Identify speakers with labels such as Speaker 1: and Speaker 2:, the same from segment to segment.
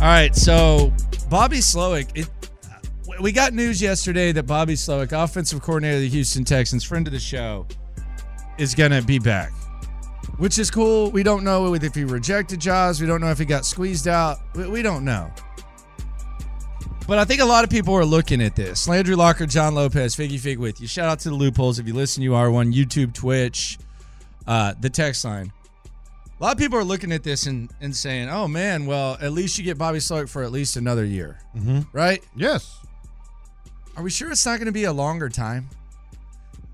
Speaker 1: All right, so Bobby Slowick. It, we got news yesterday that Bobby Slowick, offensive coordinator of the Houston Texans, friend of the show, is going to be back, which is cool. We don't know if he rejected jobs. We don't know if he got squeezed out. We, we don't know. But I think a lot of people are looking at this. Landry Locker, John Lopez, Figgy Fig with you. Shout out to the loopholes. If you listen, you are one. YouTube, Twitch, uh, the text line. A lot of people are looking at this and, and saying, oh man, well, at least you get Bobby Sloak for at least another year,
Speaker 2: Mm-hmm.
Speaker 1: right?
Speaker 2: Yes.
Speaker 1: Are we sure it's not going to be a longer time?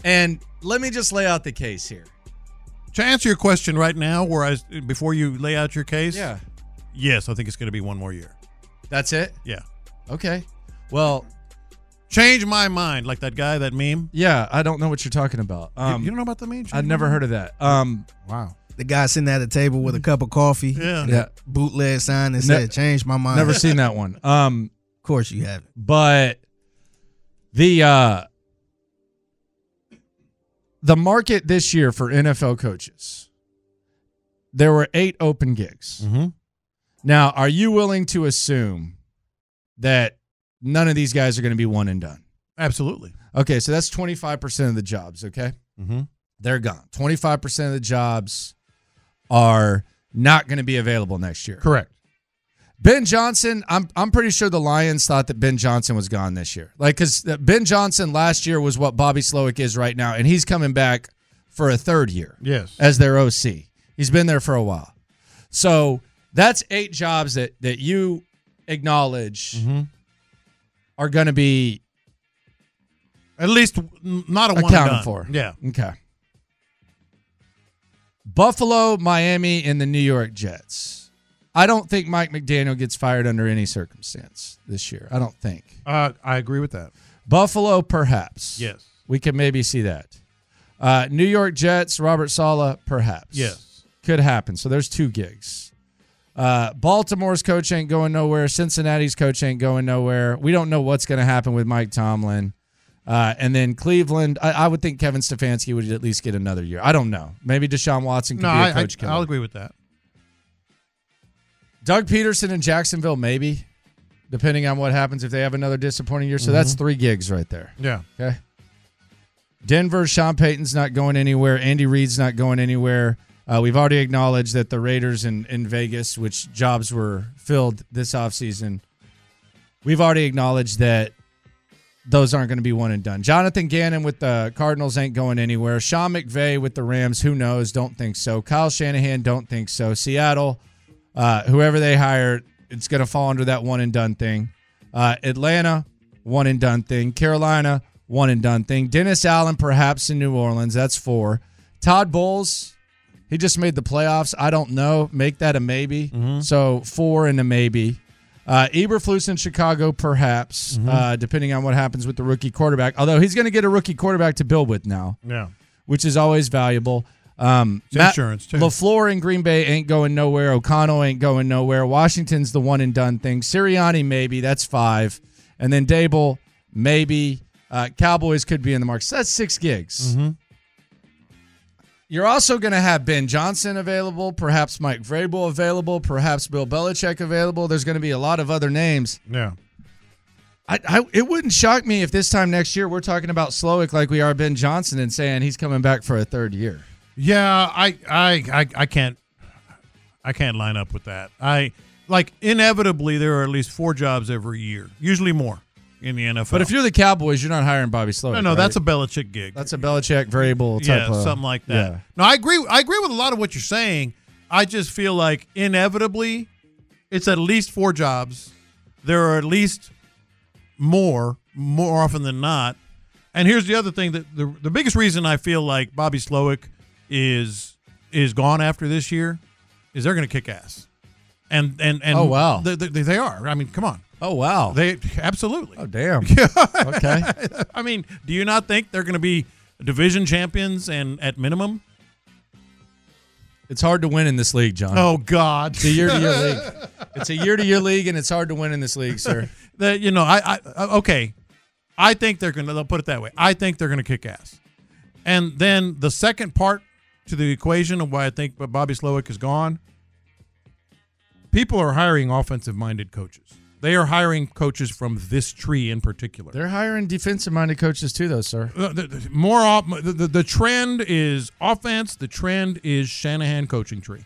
Speaker 1: And let me just lay out the case here.
Speaker 2: To answer your question right now, where I before you lay out your case, yes, I think it's going to be one more year.
Speaker 1: That's it?
Speaker 2: Yeah,
Speaker 1: Okay. Well,
Speaker 2: change my mind, like that guy, that meme.
Speaker 1: yeah, I don't know what you're talking about.
Speaker 2: You-
Speaker 1: Um,
Speaker 2: you, don't know about the meme?
Speaker 1: I've never heard of that. Um,
Speaker 2: Wow.
Speaker 3: The guy sitting at the table with a cup of coffee.
Speaker 2: Yeah.
Speaker 1: yeah,
Speaker 3: Bootleg sign that
Speaker 1: Ne-
Speaker 3: said, change my mind.
Speaker 1: never seen that one. Um,
Speaker 3: Of course you haven't.
Speaker 1: but the uh the market this year for NFL coaches there were 8 open gigs.
Speaker 2: Mm-hmm.
Speaker 1: Now, are you willing to assume that none of these guys are going to be one and done?
Speaker 2: Absolutely.
Speaker 1: Okay, so that's 25% of the jobs, okay?
Speaker 2: Mm-hmm.
Speaker 1: They're gone. 25% of the jobs are not going to be available next year.
Speaker 2: Correct.
Speaker 1: Ben Johnson, I'm I'm pretty sure the Lions thought that Ben Johnson was gone this year. Like cuz Ben Johnson last year was what Bobby Slowick is right now and he's coming back for a third year
Speaker 2: Yes.
Speaker 1: as their OC. He's been there for a while. So, that's eight jobs that that you acknowledge
Speaker 2: mm-hmm.
Speaker 1: are going to be
Speaker 2: At least n- not a one and
Speaker 1: accounted
Speaker 2: done.
Speaker 1: for.
Speaker 2: Yeah.
Speaker 1: Okay. Buffalo, Miami, and the New York Jets. I don't think Mike McDaniel gets fired under any circumstance this year. I don't think.
Speaker 2: Uh, I agree with that.
Speaker 1: Buffalo, perhaps.
Speaker 2: Yes.
Speaker 1: We can maybe see that. Uh, New York Jets, Robert Sala, perhaps.
Speaker 2: Yes.
Speaker 1: Could happen. So there's two gigs. Uh, Baltimore's coach ain't going nowhere. Cincinnati's coach ain't going nowhere. We don't know what's going to happen with Mike Tomlin. Uh, and then Cleveland, I, I would think Kevin Stefanski would at least get another year. I don't know. Maybe Deshaun Watson could
Speaker 2: No,
Speaker 1: be a
Speaker 2: I, I,
Speaker 1: coach killer.
Speaker 2: I'll agree with that.
Speaker 1: Doug Peterson in Jacksonville, maybe, depending on what happens if they have another disappointing year. So that's three gigs right there.
Speaker 2: Yeah.
Speaker 1: Okay. Denver, Sean Payton's not going anywhere. Andy Reid's not going anywhere. Uh, we've already acknowledged that the Raiders in, in Vegas, which jobs were filled this offseason, we've already acknowledged that those aren't going to be one and done. Jonathan Gannon with the Cardinals ain't going anywhere. Sean McVay with the Rams, who knows? Don't think so. Kyle Shanahan, don't think so. Seattle, uh, whoever they hire, it's going to fall under that one and done thing. Uh, Atlanta, one and done thing. Carolina, one and done thing. Dennis Allen, perhaps in New Orleans. That's four. Todd Bowles, he just made the playoffs. I don't know. Make that a maybe. So four and a maybe. Uh, Eberflus in Chicago, perhaps, uh, depending on what happens with the rookie quarterback. Although he's going to get a rookie quarterback to build with now,
Speaker 2: Yeah.
Speaker 1: which is always valuable. Um,
Speaker 2: It's insurance, too.
Speaker 1: Lafleur in Green Bay ain't going nowhere. O'Connell ain't going nowhere. Washington's the one and done thing. Sirianni maybe that's five, and then Dable maybe. Uh, Cowboys could be in the market. So that's six gigs.
Speaker 2: Mm-hmm.
Speaker 1: You're also going to have Ben Johnson available, perhaps Mike Vrabel available, perhaps Bill Belichick available. There's going to be a lot of other names.
Speaker 2: Yeah.
Speaker 1: I, I it wouldn't shock me if this time next year we're talking about Slowick like we are Ben Johnson and saying he's coming back for a third year.
Speaker 2: Yeah, I, I, I, I can't, I can't line up with that. I, like inevitably there are at least four jobs every year, usually more in the NFL.
Speaker 1: But if you're the Cowboys, you're not hiring Bobby Slowick.
Speaker 2: no, no,
Speaker 1: right?
Speaker 2: that's a Belichick gig.
Speaker 1: that's a Belichick variable
Speaker 2: yeah,
Speaker 1: type of
Speaker 2: something like that.
Speaker 1: yeah.
Speaker 2: No, I agree. I agree with a lot of what you're saying. I just feel like inevitably, it's at least four jobs. There are at least more, more often than not. And here's the other thing that the the biggest reason I feel like Bobby Slowick is is gone after this year is they're going to kick ass. And and and
Speaker 1: Oh, wow.
Speaker 2: they, they, they are. I mean, come on,
Speaker 1: Oh wow.
Speaker 2: they absolutely.
Speaker 1: oh damn. okay.
Speaker 2: I mean, do you not think they're going to be division champions and at minimum?
Speaker 1: It's hard to win in this league, John.
Speaker 2: Oh God!
Speaker 1: It's a year to year league. It's a year to year league, and it's hard to win in this league, sir.
Speaker 2: That you know, I, I okay. I think they're gonna. They'll put it that way. I think they're gonna kick ass. And then the second part to the equation of why I think Bobby Slowick is gone. People are hiring offensive-minded coaches. They are hiring coaches from this tree in particular.
Speaker 1: They're hiring defensive minded coaches too, though, sir.
Speaker 2: Uh, the- the- more off, the, the, the trend is offense. The trend is Shanahan coaching tree.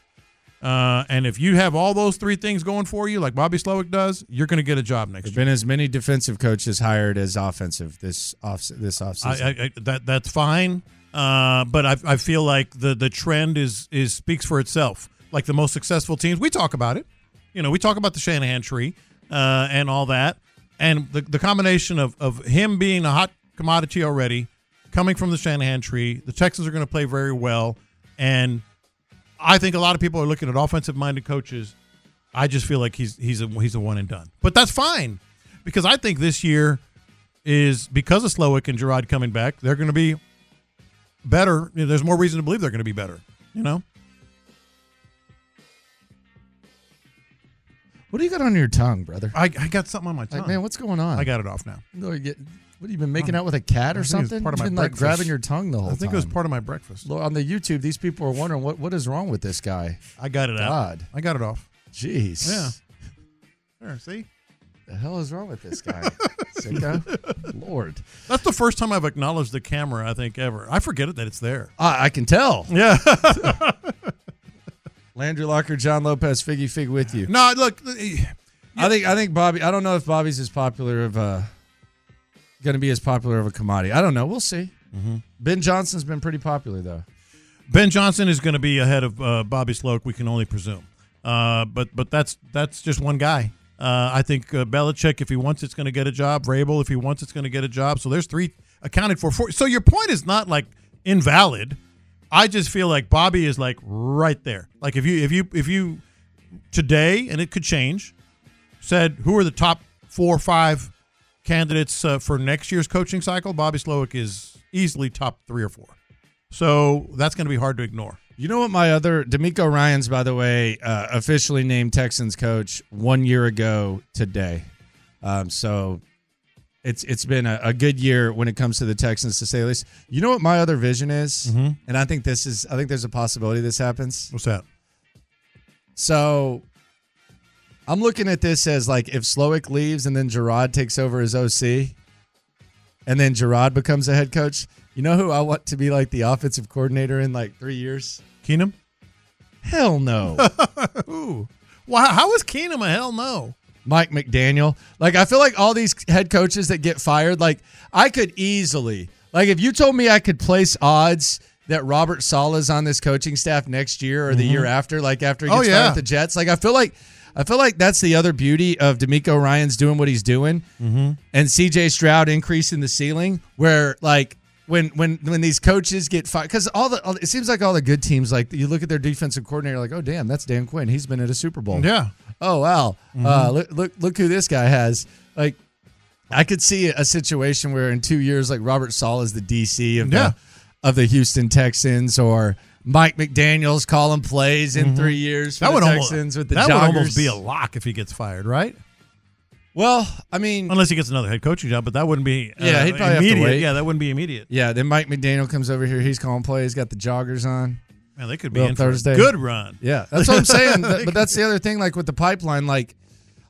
Speaker 2: Uh, and if you have all those three things going for you, like Bobby Slowick does, you're going to get a job next
Speaker 1: There've
Speaker 2: year.
Speaker 1: been as many defensive coaches hired as offensive this off this
Speaker 2: I,
Speaker 1: offseason.
Speaker 2: I, I, that that's fine. Uh, but I, I feel like the the trend is is speaks for itself. Like the most successful teams, we talk about it. You know, we talk about the Shanahan tree uh, and all that, and the the combination of of him being a hot commodity already, coming from the Shanahan tree, the Texans are going to play very well, and I think a lot of people are looking at offensive minded coaches. I just feel like he's he's a, he's a one and done, but that's fine because I think this year is because of Slowick and Gerard coming back, they're going to be better. You know, There's more reason to believe they're going to be better. You know,
Speaker 1: what do you got on your tongue, brother?
Speaker 2: I, I got something on my tongue.
Speaker 1: Like, man, what's going on?
Speaker 2: I got it off now. Um,
Speaker 1: What have you been making out with a cat or
Speaker 2: I think it was
Speaker 1: something?
Speaker 2: part of
Speaker 1: You've
Speaker 2: my
Speaker 1: been like
Speaker 2: breakfast.
Speaker 1: grabbing your tongue the whole
Speaker 2: I
Speaker 1: time.
Speaker 2: think it was part of my breakfast.
Speaker 1: Lord, on the YouTube. These people are wondering what what is wrong with this guy.
Speaker 2: I got it out.
Speaker 1: God.
Speaker 2: I got it off.
Speaker 1: Jeez.
Speaker 2: Yeah. There, see,
Speaker 1: The hell is wrong with this guy? Sicko? Lord.
Speaker 2: that's the first time I've acknowledged the camera. I think ever. I forget it that it's there.
Speaker 1: I, I can tell.
Speaker 2: Yeah.
Speaker 1: Landry Locker, John Lopez, Figgy Fig with you.
Speaker 2: no, look. eh,
Speaker 1: I think I think Bobby. I don't know if Bobby's as popular of a going to be as popular of a commodity. I don't know. We'll see.
Speaker 2: Mm-hmm.
Speaker 1: Ben Johnson's been pretty popular though.
Speaker 2: Ben Johnson is going to be ahead of uh, Bobby Sloak. We can only presume. Uh, but but that's that's just one guy. Uh, I think uh, Belichick, if he wants, it's going to get a job. Rabel, if he wants, it's going to get a job. So there's three accounted for. Four. So your point is not like invalid. I just feel like Bobby is like right there. Like if you if you if you today and it could change, said who are the top four or five candidates uh, for next year's coaching cycle? Bobby Slowick is easily top three or four. So that's going to be hard to ignore.
Speaker 1: You know what? My other D'Amico Ryan's, by the way, uh, officially named Texans coach one year ago today. Um, so it's it's been a, a good year when it comes to the Texans to say the least. You know what my other vision is, and I think this is I think there's a possibility this happens.
Speaker 2: Mm-hmm. What's that?
Speaker 1: So I'm looking at this as like if Slowick leaves and then Gerard takes over as OC and then Gerard becomes a head coach, you know who I want to be like the offensive coordinator in like three years?
Speaker 2: Keenum?
Speaker 1: Hell no.
Speaker 2: Ooh. Wow. How is Keenum a hell no?
Speaker 1: Mike McDaniel. Like I feel like all these head coaches that get fired, like I could easily like if you told me I could place odds that Robert Sala's on this coaching staff next year or the year after, like after he
Speaker 2: Mm-hmm. Oh,
Speaker 1: gets
Speaker 2: yeah.
Speaker 1: fired with the Jets, like I feel like I feel like that's the other beauty of D'Amico Ryan's doing what he's doing,
Speaker 2: Mm-hmm.
Speaker 1: and C.J. Stroud increasing the ceiling. Where like when when when these coaches get fired, because all the all, it seems like all the good teams, like you look at their defensive coordinator, like oh damn, that's Dan Quinn, he's been at a Super Bowl
Speaker 2: Yeah. Mm-hmm.
Speaker 1: oh wow uh, look, look look who this guy has like i could see a situation where in two years like robert saul is the dc of,
Speaker 2: Yeah.
Speaker 1: the, of the houston texans or mike mcdaniels calling plays in three years for
Speaker 2: Mm-hmm. That
Speaker 1: the
Speaker 2: would almost,
Speaker 1: texans with the
Speaker 2: that would almost
Speaker 1: Joggers.
Speaker 2: be a lock if he gets fired, right?
Speaker 1: well i mean
Speaker 2: Unless he gets another head coaching job, but that wouldn't be uh,
Speaker 1: Yeah, he'd probably have to
Speaker 2: immediate.
Speaker 1: wait.
Speaker 2: Yeah, that wouldn't be immediate.
Speaker 1: yeah then mike mcdaniel comes over here he's calling plays got the joggers on
Speaker 2: Man, they could be
Speaker 1: Well,
Speaker 2: in for a
Speaker 1: Thursday.
Speaker 2: good run.
Speaker 1: Yeah, that's what I'm saying. Th- but that's the other thing, like with the pipeline, like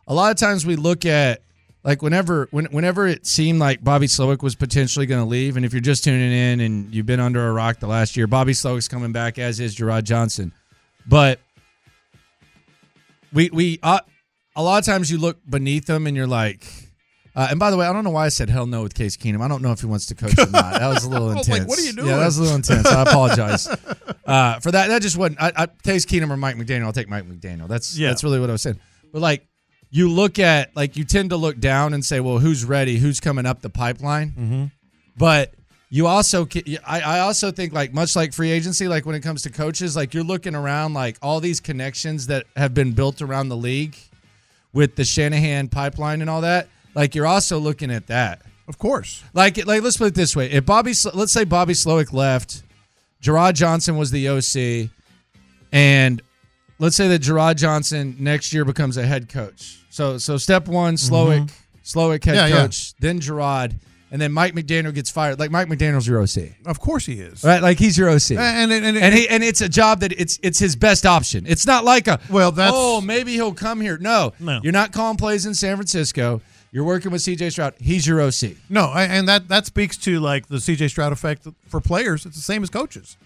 Speaker 1: a lot of times we look at like whenever when, whenever it seemed like Bobby Slowick was potentially going to leave, and if you're just tuning in and you've been under a rock the last year, Bobby Slowick's coming back, as is Gerard Johnson. But we we uh, a lot of times you look beneath them and you're like. Uh, and by the way, I don't know why I said hell no with Case Keenum. I don't know if he wants to coach or not. That was a little
Speaker 2: I was
Speaker 1: intense.
Speaker 2: like, what are you doing?
Speaker 1: Yeah, that was a little intense. I apologize uh, for that. That just wasn't I, I, Case Keenum or Mike McDaniel. I'll take Mike McDaniel. That's
Speaker 2: Yeah.
Speaker 1: that's really what I was saying. But like, you look at like you tend to look down and say, well, who's ready? Who's coming up the pipeline?
Speaker 2: Mm-hmm.
Speaker 1: but you also ca- I, I also think like much like free agency like when it comes to coaches like you're looking around like all these connections that have been built around the league with the shanahan pipeline and all that like you're also looking at that
Speaker 2: Of course.
Speaker 1: like like let's put it this way if bobby Slo- let's say bobby slowick left gerard johnson was the oc and let's say that gerard johnson next year becomes a head coach so so step one slowick slowick head
Speaker 2: Yeah, yeah.
Speaker 1: coach then gerard and then mike mcdaniel gets fired like mike mcdaniel's your oc
Speaker 2: Of course he is.
Speaker 1: right like he's your oc
Speaker 2: And, and, and,
Speaker 1: and he and it's a job that it's it's his best option. It's not like a
Speaker 2: Well, that's-
Speaker 1: oh maybe he'll come here. No,
Speaker 2: No.
Speaker 1: you're not calling plays in San Francisco. You're working with C.J. Stroud. He's your OC.
Speaker 2: No, I- and that that speaks to like the CJ Stroud effect for players. It's the same as coaches.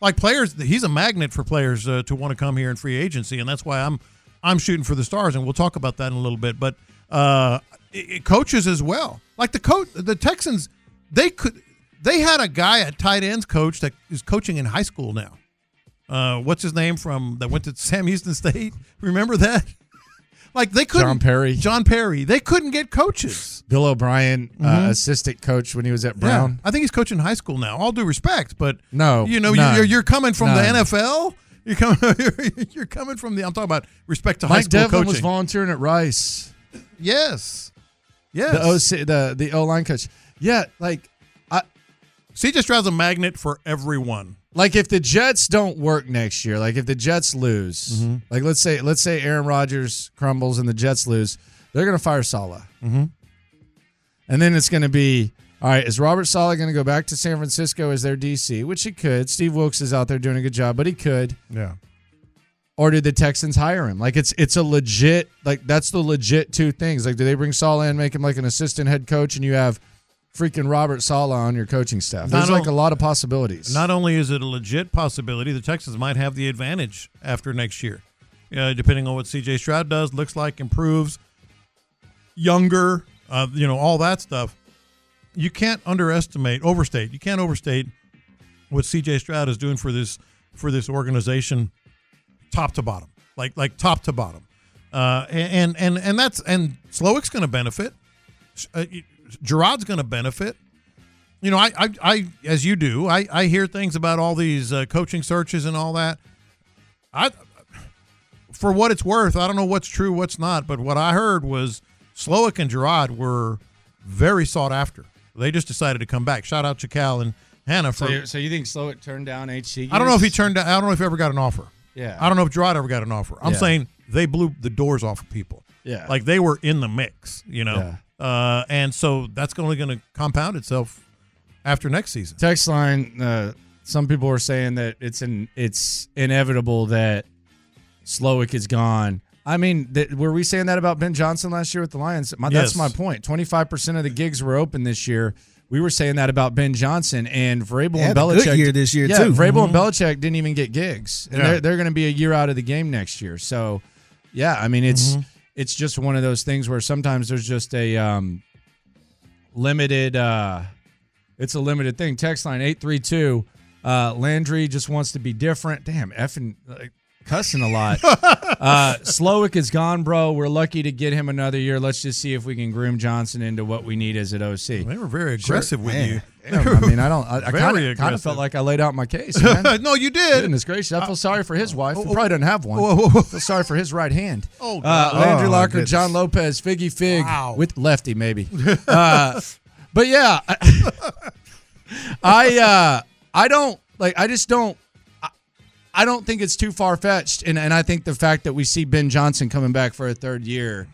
Speaker 2: Like players, he's a magnet for players uh, to want to come here in free agency, and that's why I'm I'm shooting for the stars, and we'll talk about that in a little bit. But uh, it, it- coaches as well, like the coach, the Texans, they could they had a guy at tight ends coach that is coaching in high school now. Uh, what's his name from that went to Sam Houston State? Remember that? like they couldn't
Speaker 1: John Perry.
Speaker 2: John Perry. They couldn't get coaches.
Speaker 1: Bill O'Brien, uh, assistant coach when he was at Brown.
Speaker 2: Mm-hmm. Yeah. I think he's coaching high school now. All due respect, but
Speaker 1: No,
Speaker 2: you know,
Speaker 1: none.
Speaker 2: you're, you're coming from
Speaker 1: None.
Speaker 2: the NFL. You're coming. You're, you're coming from the. I'm talking about respect to high
Speaker 1: Mike
Speaker 2: school
Speaker 1: Devlin
Speaker 2: coaching.
Speaker 1: was volunteering at Rice.
Speaker 2: yes, yes.
Speaker 1: The OC, the the O line coach. Yeah, like I
Speaker 2: CJ Stroud's a magnet for everyone.
Speaker 1: like if the Jets don't work next year, like if the Jets lose,
Speaker 2: Mm-hmm.
Speaker 1: like let's say let's say Aaron Rodgers crumbles and the Jets lose, they're gonna fire Sala, mm-hmm. and then it's gonna be all right. Is Robert Sala gonna go back to San Francisco as their DC, which he could? Steve Wilkes is out there doing a good job, but he could.
Speaker 2: Yeah.
Speaker 1: Or did the Texans hire him? Like it's it's a legit like that's the legit two things. Like do they bring Sala in, make him like an assistant head coach, and you have freaking Robert Sala on your coaching staff?
Speaker 2: Not
Speaker 1: There's like a
Speaker 2: on-
Speaker 1: lot of possibilities.
Speaker 2: Not only is it a legit possibility, the Texans might have the advantage after next year, uh, depending on what CJ Stroud does, looks like, improves, younger, uh, you know, all that stuff. You can't underestimate, overstate. You can't overstate what CJ Stroud is doing for this for this organization, top to bottom, like like top to bottom, uh, and and and that's and Slowick's going to benefit. Uh, Gerard's going to benefit you know, I, I, I as you do, I, I hear things about all these uh, coaching searches and all that. I, for what it's worth, I don't know what's true, what's not, but what I heard was Slowick and Gerard were very sought after. They just decided to come back. Shout out to Cal and Hannah for.
Speaker 1: So, you so you think Slowick turned down HC?
Speaker 2: I don't know if he turned. down- I don't know if he ever got an offer.
Speaker 1: Yeah.
Speaker 2: I don't know if Gerard ever got an offer. I'm
Speaker 1: Yeah.
Speaker 2: saying they blew the doors off of people.
Speaker 1: Yeah.
Speaker 2: Like they were in the mix, you know. Uh, and so that's only going to compound itself after next season.
Speaker 1: text line. Uh, some people are saying that it's an it's inevitable that Slowick is gone. I mean, th- were we saying that about Ben Johnson last year with the Lions? My,
Speaker 2: Yes.
Speaker 1: That's my point. Twenty five percent of the gigs were open this year. We were saying that about Ben Johnson and Vrabel
Speaker 3: They had
Speaker 1: and
Speaker 3: a
Speaker 1: Belichick.
Speaker 3: good year this year,
Speaker 1: yeah,
Speaker 3: too. Mm-hmm.
Speaker 1: Vrabel and Belichick didn't even get gigs, and
Speaker 2: Yeah.
Speaker 1: they're they're going to be a year out of the game next year. So, yeah, I mean,
Speaker 2: Mm-hmm.
Speaker 1: it's it's just one of those things where sometimes there's just a um, limited. Uh, it's a limited thing. Text line 832. Uh, Landry just wants to be different. Damn, effing like, cussing a lot. uh, Slowick is gone, bro. We're lucky to get him another year. Let's just see if we can groom Johnson into what we need as an OC.
Speaker 2: They were very aggressive with
Speaker 3: Man.
Speaker 2: you.
Speaker 1: Damn, I mean, I don't. I, I
Speaker 2: Very
Speaker 1: kind of
Speaker 2: aggressive.
Speaker 1: felt like I laid out my case. Man.
Speaker 2: no, you did.
Speaker 1: Goodness gracious, I feel sorry for his wife. Who probably doesn't have one.
Speaker 2: Whoa, whoa, whoa.
Speaker 1: I feel sorry for his right hand.
Speaker 2: Oh,
Speaker 1: uh,
Speaker 2: God.
Speaker 1: Landry
Speaker 3: Oh,
Speaker 1: Locker,
Speaker 3: goodness.
Speaker 1: John Lopez, Figgy Fig
Speaker 2: Wow.
Speaker 1: with lefty maybe. Uh, but yeah, I I, uh, I don't like. I just don't. I- I don't think it's too far fetched, and, and I think the fact that we see Ben Johnson coming back for a third year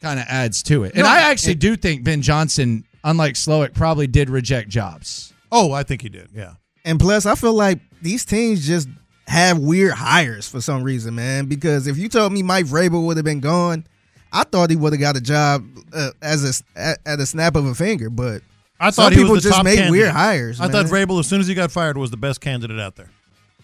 Speaker 1: kind of adds to it. And
Speaker 2: No,
Speaker 1: I actually
Speaker 2: it-
Speaker 1: do think Ben Johnson, unlike Slowick, probably did reject jobs.
Speaker 2: Oh, I think you did. Yeah.
Speaker 3: And plus, I feel like these teams just have weird hires for some reason, man. Because if you told me Mike Vrabel would have been gone, I thought he would have got a job uh, as a at, at a snap of a finger. But
Speaker 2: I
Speaker 3: Some
Speaker 2: thought he
Speaker 3: people
Speaker 2: was the
Speaker 3: just
Speaker 2: top
Speaker 3: make
Speaker 2: candidate.
Speaker 3: weird hires,
Speaker 2: I thought
Speaker 3: man.
Speaker 2: Vrabel, as soon as he got fired, was the best candidate out there,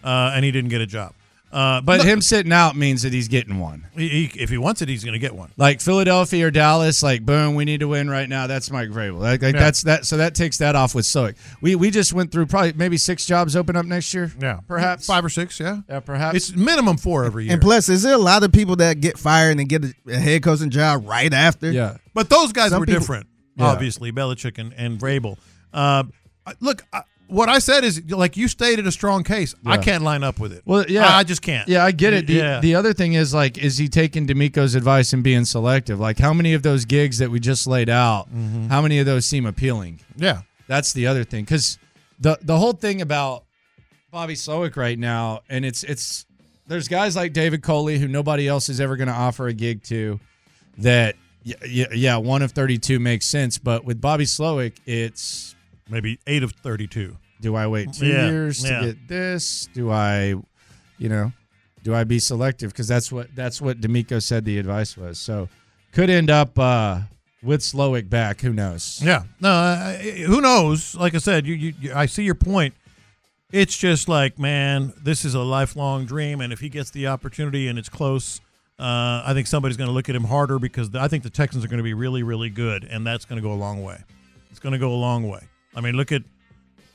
Speaker 2: uh, and he didn't get a job. Uh,
Speaker 1: But
Speaker 2: but
Speaker 1: him sitting out means that he's getting one.
Speaker 2: he, he, if he wants it, he's going to get one.
Speaker 1: Like Philadelphia or Dallas, like boom, we need to win right now. That's Mike Vrabel. Like, like
Speaker 2: Yeah.
Speaker 1: that's that. So that takes that off with Soic. We we just went through probably maybe six jobs open up next year. perhaps
Speaker 2: five or six. Yeah,
Speaker 1: Yeah, perhaps.
Speaker 2: it's minimum four every year.
Speaker 3: And plus, is there a lot of people that get fired and then get a, a head coaching job right after?
Speaker 1: yeah.
Speaker 2: But those guys
Speaker 3: Some
Speaker 2: were
Speaker 3: people-
Speaker 2: different,
Speaker 1: Yeah.
Speaker 2: obviously, Belichick and, and Vrabel. Uh, I- look, I, what I said is, like you stated a strong case. I
Speaker 1: Yeah.
Speaker 2: can't line up with it.
Speaker 1: Well, yeah,
Speaker 2: I, I just can't.
Speaker 1: Yeah, I get it. The,
Speaker 2: yeah.
Speaker 1: the other thing is like, is he taking D'Amico's advice and being selective? Like, how many of those gigs that we just laid out? How many of those seem appealing?
Speaker 2: Mm-hmm. yeah.
Speaker 1: That's the other thing, because the the whole thing about Bobby Slowick right now, and it's it's there's guys like David Coley who nobody else is ever going to offer a gig to. That yeah, yeah, yeah, one of thirty two makes sense, but with Bobby Slowick, it's
Speaker 2: maybe eight of thirty-two.
Speaker 1: do I wait two
Speaker 2: Yeah,
Speaker 1: years
Speaker 2: yeah.
Speaker 1: to get this? Do I, you know, do I be selective? Because that's what that's what D'Amico said the advice was. So could end up uh, with Slowick back. Who knows?
Speaker 2: Yeah. No. I, I- who knows? Like I said, you, you, you. I see your point. It's just like, man, this is a lifelong dream, and if he gets the opportunity and it's close, uh, I think somebody's going to look at him harder because I think the Texans are going to be really, really good, and that's going to go a long way. It's going to go a long way. I mean, look at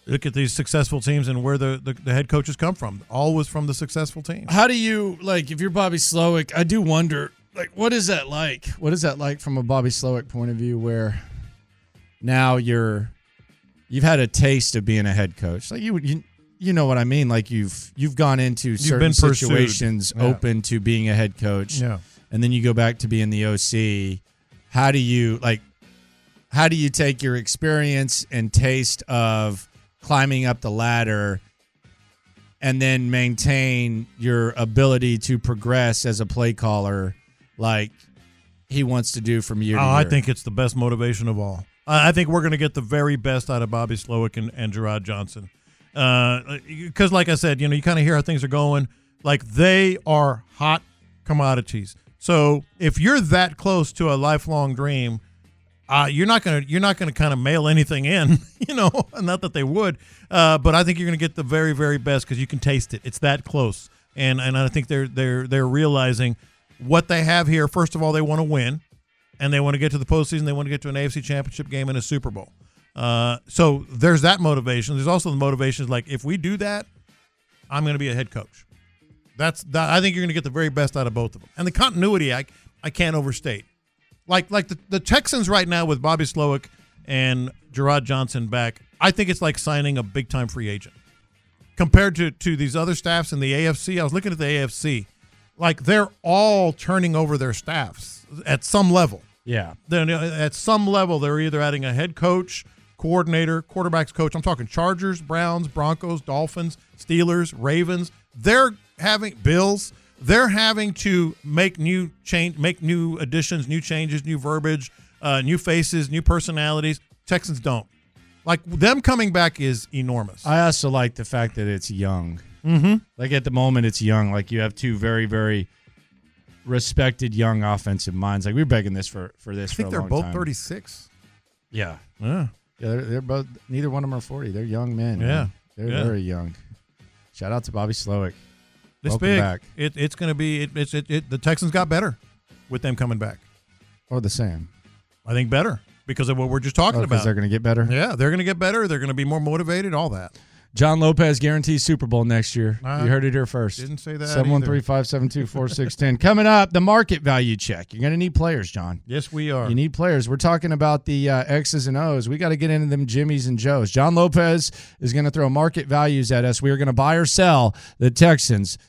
Speaker 2: look at these successful teams and where the, the, the head coaches come from. Always from the successful team.
Speaker 1: How do you like if you're Bobby Slowick? I do wonder like what is that like? What is that like from a Bobby Slowick point of view where now you're you've had a taste of being a head coach. Like you you you know what I mean? Like you've you've gone into certain
Speaker 2: been pursued.
Speaker 1: situations
Speaker 2: Yeah.
Speaker 1: open to being a head coach.
Speaker 2: Yeah.
Speaker 1: and then you go back to being the OC, how do you like how do you take your experience and taste of climbing up the ladder and then maintain your ability to progress as a play caller like he wants to do from year to
Speaker 2: Oh,
Speaker 1: year?
Speaker 2: I think it's the best motivation of all. I I think we're going to get the very best out of Bobby Slowick and, and Gerard Johnson. Uh, Because, like I said, you know, you kind of hear how things are going. Like, they are hot commodities. So, if you're that close to a lifelong dream, uh, you're not gonna you're not gonna kind of mail anything in, you know. Not that they would, uh, but I think you're gonna get the very very best because you can taste it. It's that close, and and I think they're they're they're realizing what they have here. First of all, they want to win, and they want to get to the postseason. They want to get to an AFC Championship game and a Super Bowl. Uh, so there's that motivation. There's also the motivations like if we do that, I'm going to be a head coach. That's that, I think you're going to get the very best out of both of them. And the continuity, I I can't overstate. Like like the, the Texans right now with Bobby Slowick and Gerard Johnson back, I think it's like signing a big time free agent compared to to these other staffs in the AFC. I was looking at the AFC, like they're all turning over their staffs at some level
Speaker 1: yeah.
Speaker 2: then uh, at some level they're either adding a head coach, coordinator, quarterbacks coach. I'm talking Chargers, Browns, Broncos, Dolphins, Steelers, Ravens. They're having Bills. They're having to make new change, make new additions, new changes, new verbiage, uh, new faces, new personalities. Texans don't. Like them coming back is enormous.
Speaker 1: I also like the fact that it's young. Mm-hmm. Like at the moment, it's young. Like you have two very, very respected young offensive minds. Like we were begging this for for this.
Speaker 2: I think
Speaker 1: for a
Speaker 2: they're
Speaker 1: long
Speaker 2: both
Speaker 1: time.
Speaker 2: 36.
Speaker 1: Yeah,
Speaker 2: Yeah.
Speaker 1: Yeah, they're, they're both. Neither one of them are forty. They're young men. man.
Speaker 2: Yeah.
Speaker 1: they're
Speaker 2: Yeah.
Speaker 1: very young. Shout out to Bobby Slowick.
Speaker 2: This
Speaker 1: Welcome
Speaker 2: big.
Speaker 1: back.
Speaker 2: It, it's going to be it, it's it, it the Texans got better with them coming back.
Speaker 1: Or the same.
Speaker 2: I think better because of what we're just talking
Speaker 1: Because
Speaker 2: about.
Speaker 1: Oh, they're going to get better.
Speaker 2: yeah, they're going to get better. They're going to be more motivated. All that.
Speaker 1: John Lopez guarantees Super Bowl next year.
Speaker 2: Uh,
Speaker 1: you heard it here first.
Speaker 2: didn't say that
Speaker 1: Seven one three five seven two four six ten. Coming up, the market value check. You're going to need players, John.
Speaker 2: Yes, we are.
Speaker 1: You need players. We're talking about the uh, X's and O's. We got to get into them Jimmies and Joes. John Lopez is going to throw market values at us. We are going to buy or sell the Texans'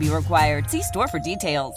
Speaker 4: be required. See store for details.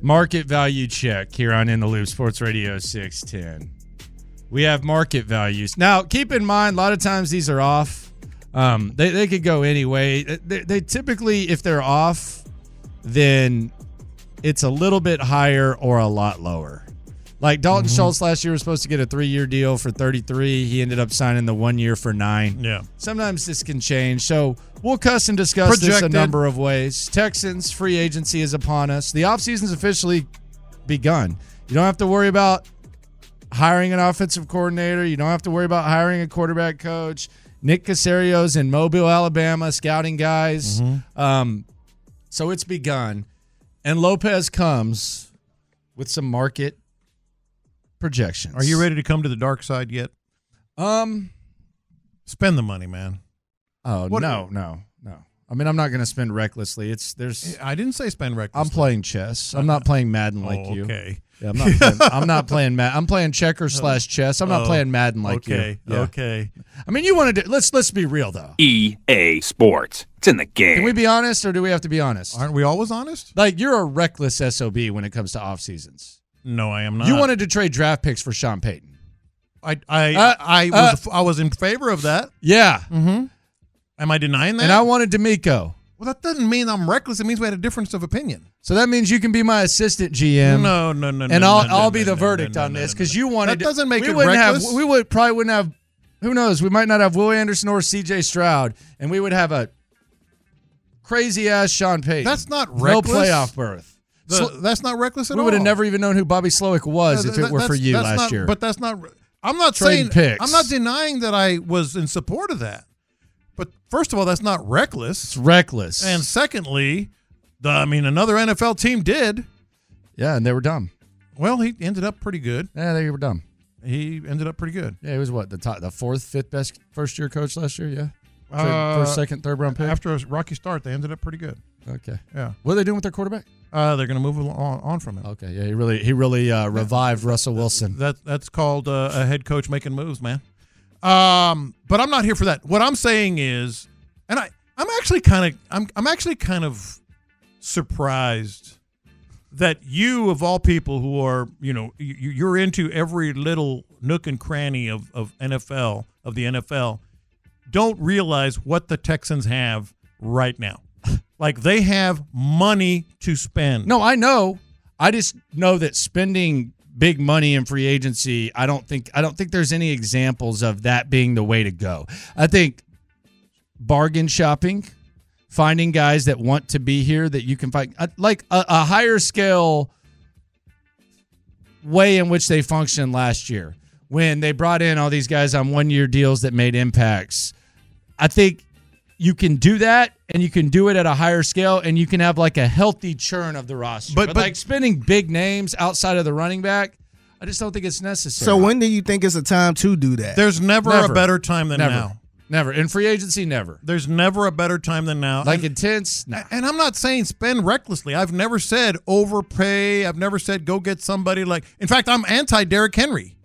Speaker 1: Market value check here on In the Loop Sports Radio 610. We have market values. Now, keep in mind, a lot of times these are off. Um, they, they could go anyway. They, they typically, if they're off, then it's a little bit higher or a lot lower. Like Dalton Schultz last year was supposed to get a three year deal for 33. He ended up signing the one year for nine.
Speaker 2: Yeah.
Speaker 1: Sometimes this can change. So we'll cuss and discuss this a
Speaker 2: Projected.
Speaker 1: number of ways. Texans, free agency is upon us. The offseason's officially begun. You don't have to worry about hiring an offensive coordinator. You don't have to worry about hiring a quarterback coach. Nick Casario's in Mobile, Alabama, scouting guys.
Speaker 2: Mm-hmm.
Speaker 1: Um, so it's begun. And Lopez comes with some market projections.
Speaker 2: Are you ready to come to the dark side yet?
Speaker 1: Um.
Speaker 2: Spend the money, man.
Speaker 1: Oh
Speaker 2: What-
Speaker 1: no, no, no. I mean, I'm not going to spend recklessly. It's there's.
Speaker 2: I didn't say spend
Speaker 1: I'm
Speaker 2: recklessly.
Speaker 1: playing chess. I'm not playing Madden like
Speaker 2: oh,
Speaker 1: you.
Speaker 2: Okay. Uh,
Speaker 1: Yeah, I'm not. Playing, I'm not playing Madden. I'm playing checkers slash chess. I'm not
Speaker 2: Oh,
Speaker 1: playing Madden like
Speaker 2: okay. oh.
Speaker 1: you. Yeah.
Speaker 2: Okay.
Speaker 1: I mean, you want to do. Let's let's be real though.
Speaker 5: EA E Sports. It's in the game.
Speaker 1: Can we be honest, or do we have to be honest?
Speaker 2: Aren't we always honest?
Speaker 1: Like you're a reckless sob when it comes to off seasons.
Speaker 2: No, I am not.
Speaker 1: You wanted to trade draft picks for Sean Payton.
Speaker 2: I I
Speaker 1: Uh,
Speaker 2: I
Speaker 1: uh,
Speaker 2: was I was in favor of that. Mm-hmm.
Speaker 1: Yeah,
Speaker 2: Am I denying that?
Speaker 1: and I wanted D'Amico.
Speaker 2: well, that doesn't mean I'm reckless. It means we had a difference of opinion.
Speaker 1: So that means you can be my assistant GM.
Speaker 2: No, no, no, no.
Speaker 1: and I'll
Speaker 2: no, no,
Speaker 1: I'll
Speaker 2: no,
Speaker 1: be the
Speaker 2: no,
Speaker 1: verdict
Speaker 2: no, no,
Speaker 1: on
Speaker 2: no,
Speaker 1: this
Speaker 2: no,
Speaker 1: because
Speaker 2: no.
Speaker 1: you wanted.
Speaker 2: That doesn't make
Speaker 1: we
Speaker 2: it
Speaker 1: wouldn't
Speaker 2: reckless.
Speaker 1: Have, we would probably wouldn't have. Who knows? We might not have Will Anderson or C.J. Stroud, and we would have a crazy ass Sean Payton.
Speaker 2: That's not
Speaker 1: no
Speaker 2: reckless.
Speaker 1: playoff berth.
Speaker 2: The-
Speaker 1: Slo-
Speaker 2: that's not reckless at
Speaker 1: we
Speaker 2: all.
Speaker 1: would have never even known who Bobby Slowick was
Speaker 2: No,
Speaker 1: if
Speaker 2: th-
Speaker 1: it were for
Speaker 2: that's-
Speaker 1: you
Speaker 2: that's
Speaker 1: last
Speaker 2: not-
Speaker 1: year.
Speaker 2: But that's not. I'm not
Speaker 1: Trading
Speaker 2: saying.
Speaker 1: picks.
Speaker 2: I'm not denying that I was in support of that. But first of all, that's not reckless.
Speaker 1: it's reckless.
Speaker 2: And secondly, the, I mean, another NFL team did.
Speaker 1: yeah, and they were dumb.
Speaker 2: Well, he ended up pretty good.
Speaker 1: Yeah, they were dumb.
Speaker 2: He ended up pretty good.
Speaker 1: Yeah, he was what the top, the fourth, fifth best first year coach last year. Yeah, Trade-
Speaker 2: Uh,
Speaker 1: first, second, third round pick.
Speaker 2: After a rocky start, they ended up pretty good.
Speaker 1: okay,
Speaker 2: Yeah.
Speaker 1: what are they doing with their quarterback?
Speaker 2: Uh, they're going to move al- on, on from it.
Speaker 1: Okay, yeah, he really he really uh, revived Russell Wilson.
Speaker 2: That that's called uh, a head coach making moves, man. Um, but I'm not here for that. What I'm saying is, and I I'm actually kind of I'm I'm actually kind of surprised that you of all people who are you know you, you- you're into every little nook and cranny of of NFL of the NFL don't realize what the Texans have right now. Like they have money to spend.
Speaker 1: No, I know. I just know that spending big money in free agency, I don't think I don't think there's any examples of that being the way to go. I think bargain shopping, finding guys that want to be here that you can find uh, like a, a higher scale way in which they functioned last year when they brought in all these guys on one year deals that made impacts. I think you can do that and you can do it at a higher scale and you can have like a healthy churn of the roster.
Speaker 2: But-
Speaker 1: But,
Speaker 2: but-
Speaker 1: like spending big names outside of the running back, I just don't think it's necessary.
Speaker 3: So when do you think it's a time to do that?
Speaker 2: There's never,
Speaker 1: Never.
Speaker 2: a better time than
Speaker 1: Never.
Speaker 2: now.
Speaker 1: Never. In free agency, never.
Speaker 2: There's never a better time than now.
Speaker 1: Like
Speaker 2: And-
Speaker 1: intense? No.
Speaker 2: And I'm not saying spend recklessly. I've never said overpay. I've never said go get somebody like. In fact, I'm anti Derrick Henry.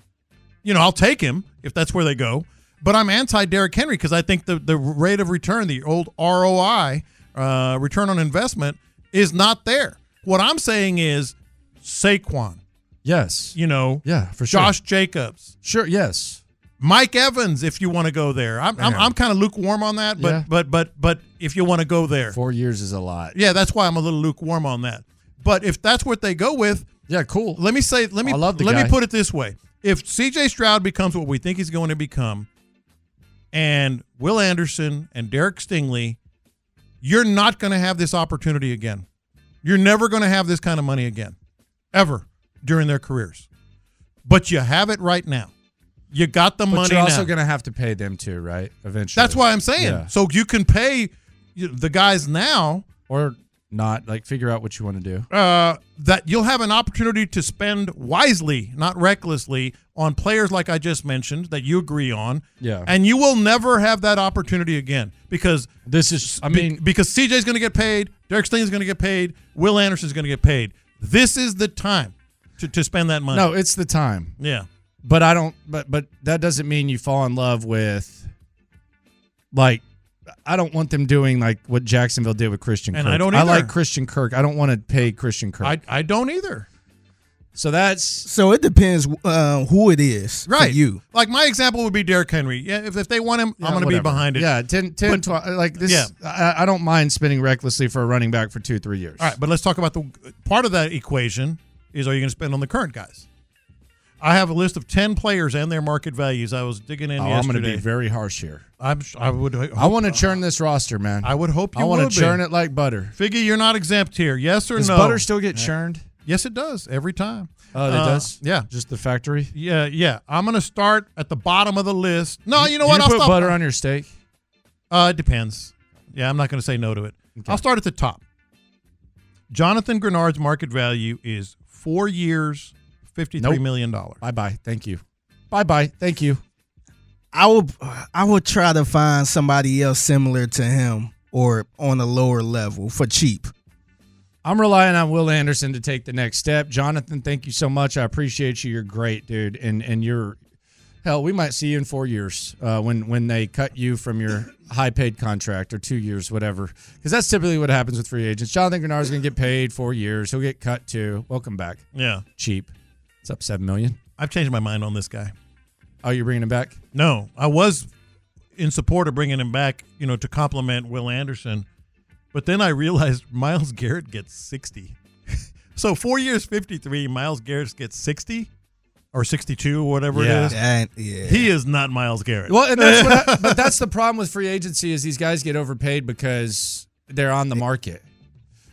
Speaker 2: You know, I'll take him if that's where they go, but I'm anti Derrick Henry because I think the, the rate of return, the old ROI, uh, return on investment, is not there. What I'm saying is Saquon.
Speaker 1: Yes.
Speaker 2: You know,
Speaker 1: Yeah, for sure.
Speaker 2: Josh Jacobs.
Speaker 1: Sure, yes.
Speaker 2: Mike Evans, if you want to go there. I'm, I'm,
Speaker 1: Yeah.
Speaker 2: I'm kind of lukewarm on that, but
Speaker 1: Yeah.
Speaker 2: but but but if you want to go there.
Speaker 1: Four years is a lot.
Speaker 2: Yeah, that's why I'm a little lukewarm on that. But if that's what they go with,
Speaker 1: yeah, cool.
Speaker 2: Let me say, let me
Speaker 1: I love the
Speaker 2: let
Speaker 1: guy.
Speaker 2: me put it this way: if C.J. Stroud becomes what we think he's going to become, and Will Anderson and Derek Stingley, you're not going to have this opportunity again. You're never going to have this kind of money again, ever during their careers. But you have it right now. You got the
Speaker 1: But
Speaker 2: money
Speaker 1: you're
Speaker 2: now.
Speaker 1: also going to have to pay them too, right? Eventually.
Speaker 2: That's why I'm saying.
Speaker 1: Yeah.
Speaker 2: So you can pay you know, the guys now
Speaker 1: or not. Like, figure out what you want to do.
Speaker 2: uh, that you'll have an opportunity to spend wisely, not recklessly, on players like I just mentioned that you agree on.
Speaker 1: Yeah.
Speaker 2: And you will never have that opportunity again because
Speaker 1: this is, I mean-
Speaker 2: because CJ's going to get paid, Derek Steen's going to get paid, Will Anderson's going to get paid. This is the time to, to spend that money.
Speaker 1: No, it's the time.
Speaker 2: Yeah.
Speaker 1: But I don't. But but that doesn't mean you fall in love with. Like, I don't want them doing like what Jacksonville did with Christian.
Speaker 2: And
Speaker 1: Kirk.
Speaker 2: I don't
Speaker 1: I
Speaker 2: either.
Speaker 1: like Christian Kirk. I don't want to pay Christian Kirk.
Speaker 2: I, I don't either.
Speaker 1: so that's
Speaker 3: So it depends uh, who it is. for
Speaker 2: Right.
Speaker 3: you.
Speaker 2: Like my example would be Derrick Henry. Yeah. If, if they want him, I'm going to be
Speaker 1: whatever.
Speaker 2: behind it.
Speaker 1: Yeah, 10, 10
Speaker 2: But-
Speaker 1: 12, like this.
Speaker 2: Yeah.
Speaker 1: I, I don't mind spending recklessly for a running back for two, three years.
Speaker 2: All right, but let's talk about the part of that equation is are you going to spend on the current guys? I have a list of ten players and their market values. I was digging in
Speaker 1: Oh, I'm
Speaker 2: yesterday.
Speaker 1: going to be very harsh here.
Speaker 2: I'm, sh- I would. Hope,
Speaker 1: I want to churn this roster, man.
Speaker 2: I would hope you
Speaker 1: I want
Speaker 2: would
Speaker 1: to
Speaker 2: be.
Speaker 1: churn it like butter.
Speaker 2: Figgy, you're not exempt here. Yes or
Speaker 1: Does
Speaker 2: no? Uh,
Speaker 1: butter still get churned?
Speaker 2: Yes, it does every time.
Speaker 1: Oh, it
Speaker 2: Uh,
Speaker 1: does.
Speaker 2: Yeah,
Speaker 1: Just the factory.
Speaker 2: yeah, yeah. I'm going to start at the bottom of the list. No, you know what?
Speaker 1: You
Speaker 2: I'll
Speaker 1: put
Speaker 2: stop.
Speaker 1: butter on your steak.
Speaker 2: Uh, it depends. Yeah, I'm not going to say no to it. I'll start at the top. Jonathan Grenard's market value is four years, fifty-three
Speaker 1: Nope.
Speaker 2: million dollars.
Speaker 1: Bye bye. Thank you. Bye bye. Thank you.
Speaker 3: I will I will try to find somebody else similar to him or on a lower level for cheap.
Speaker 1: I'm relying on Will Anderson to take the next step. Jonathan, thank you so much. I appreciate you. You're great, dude. And and you're hell. We might see you in four years uh, when when they cut you from your high paid contract or two years, whatever. Because that's typically what happens with free agents. Jonathan Grenard's going to get paid four years. He'll get cut too. Welcome back,
Speaker 2: Yeah,
Speaker 1: cheap. It's up seven million.
Speaker 2: I've changed my mind on this guy.
Speaker 1: Oh, you're bringing him back?
Speaker 2: No, I was in support of bringing him back, you know, to compliment Will Anderson, but then I realized Miles Garrett gets sixty. so four years, fifty-three. Miles Garrett gets sixty or sixty-two, or whatever
Speaker 1: Yeah.
Speaker 2: it is.
Speaker 3: That- yeah.
Speaker 2: He is not Miles Garrett.
Speaker 1: Well, and that's what I, but that's the problem with free agency is these guys get overpaid because they're on the market.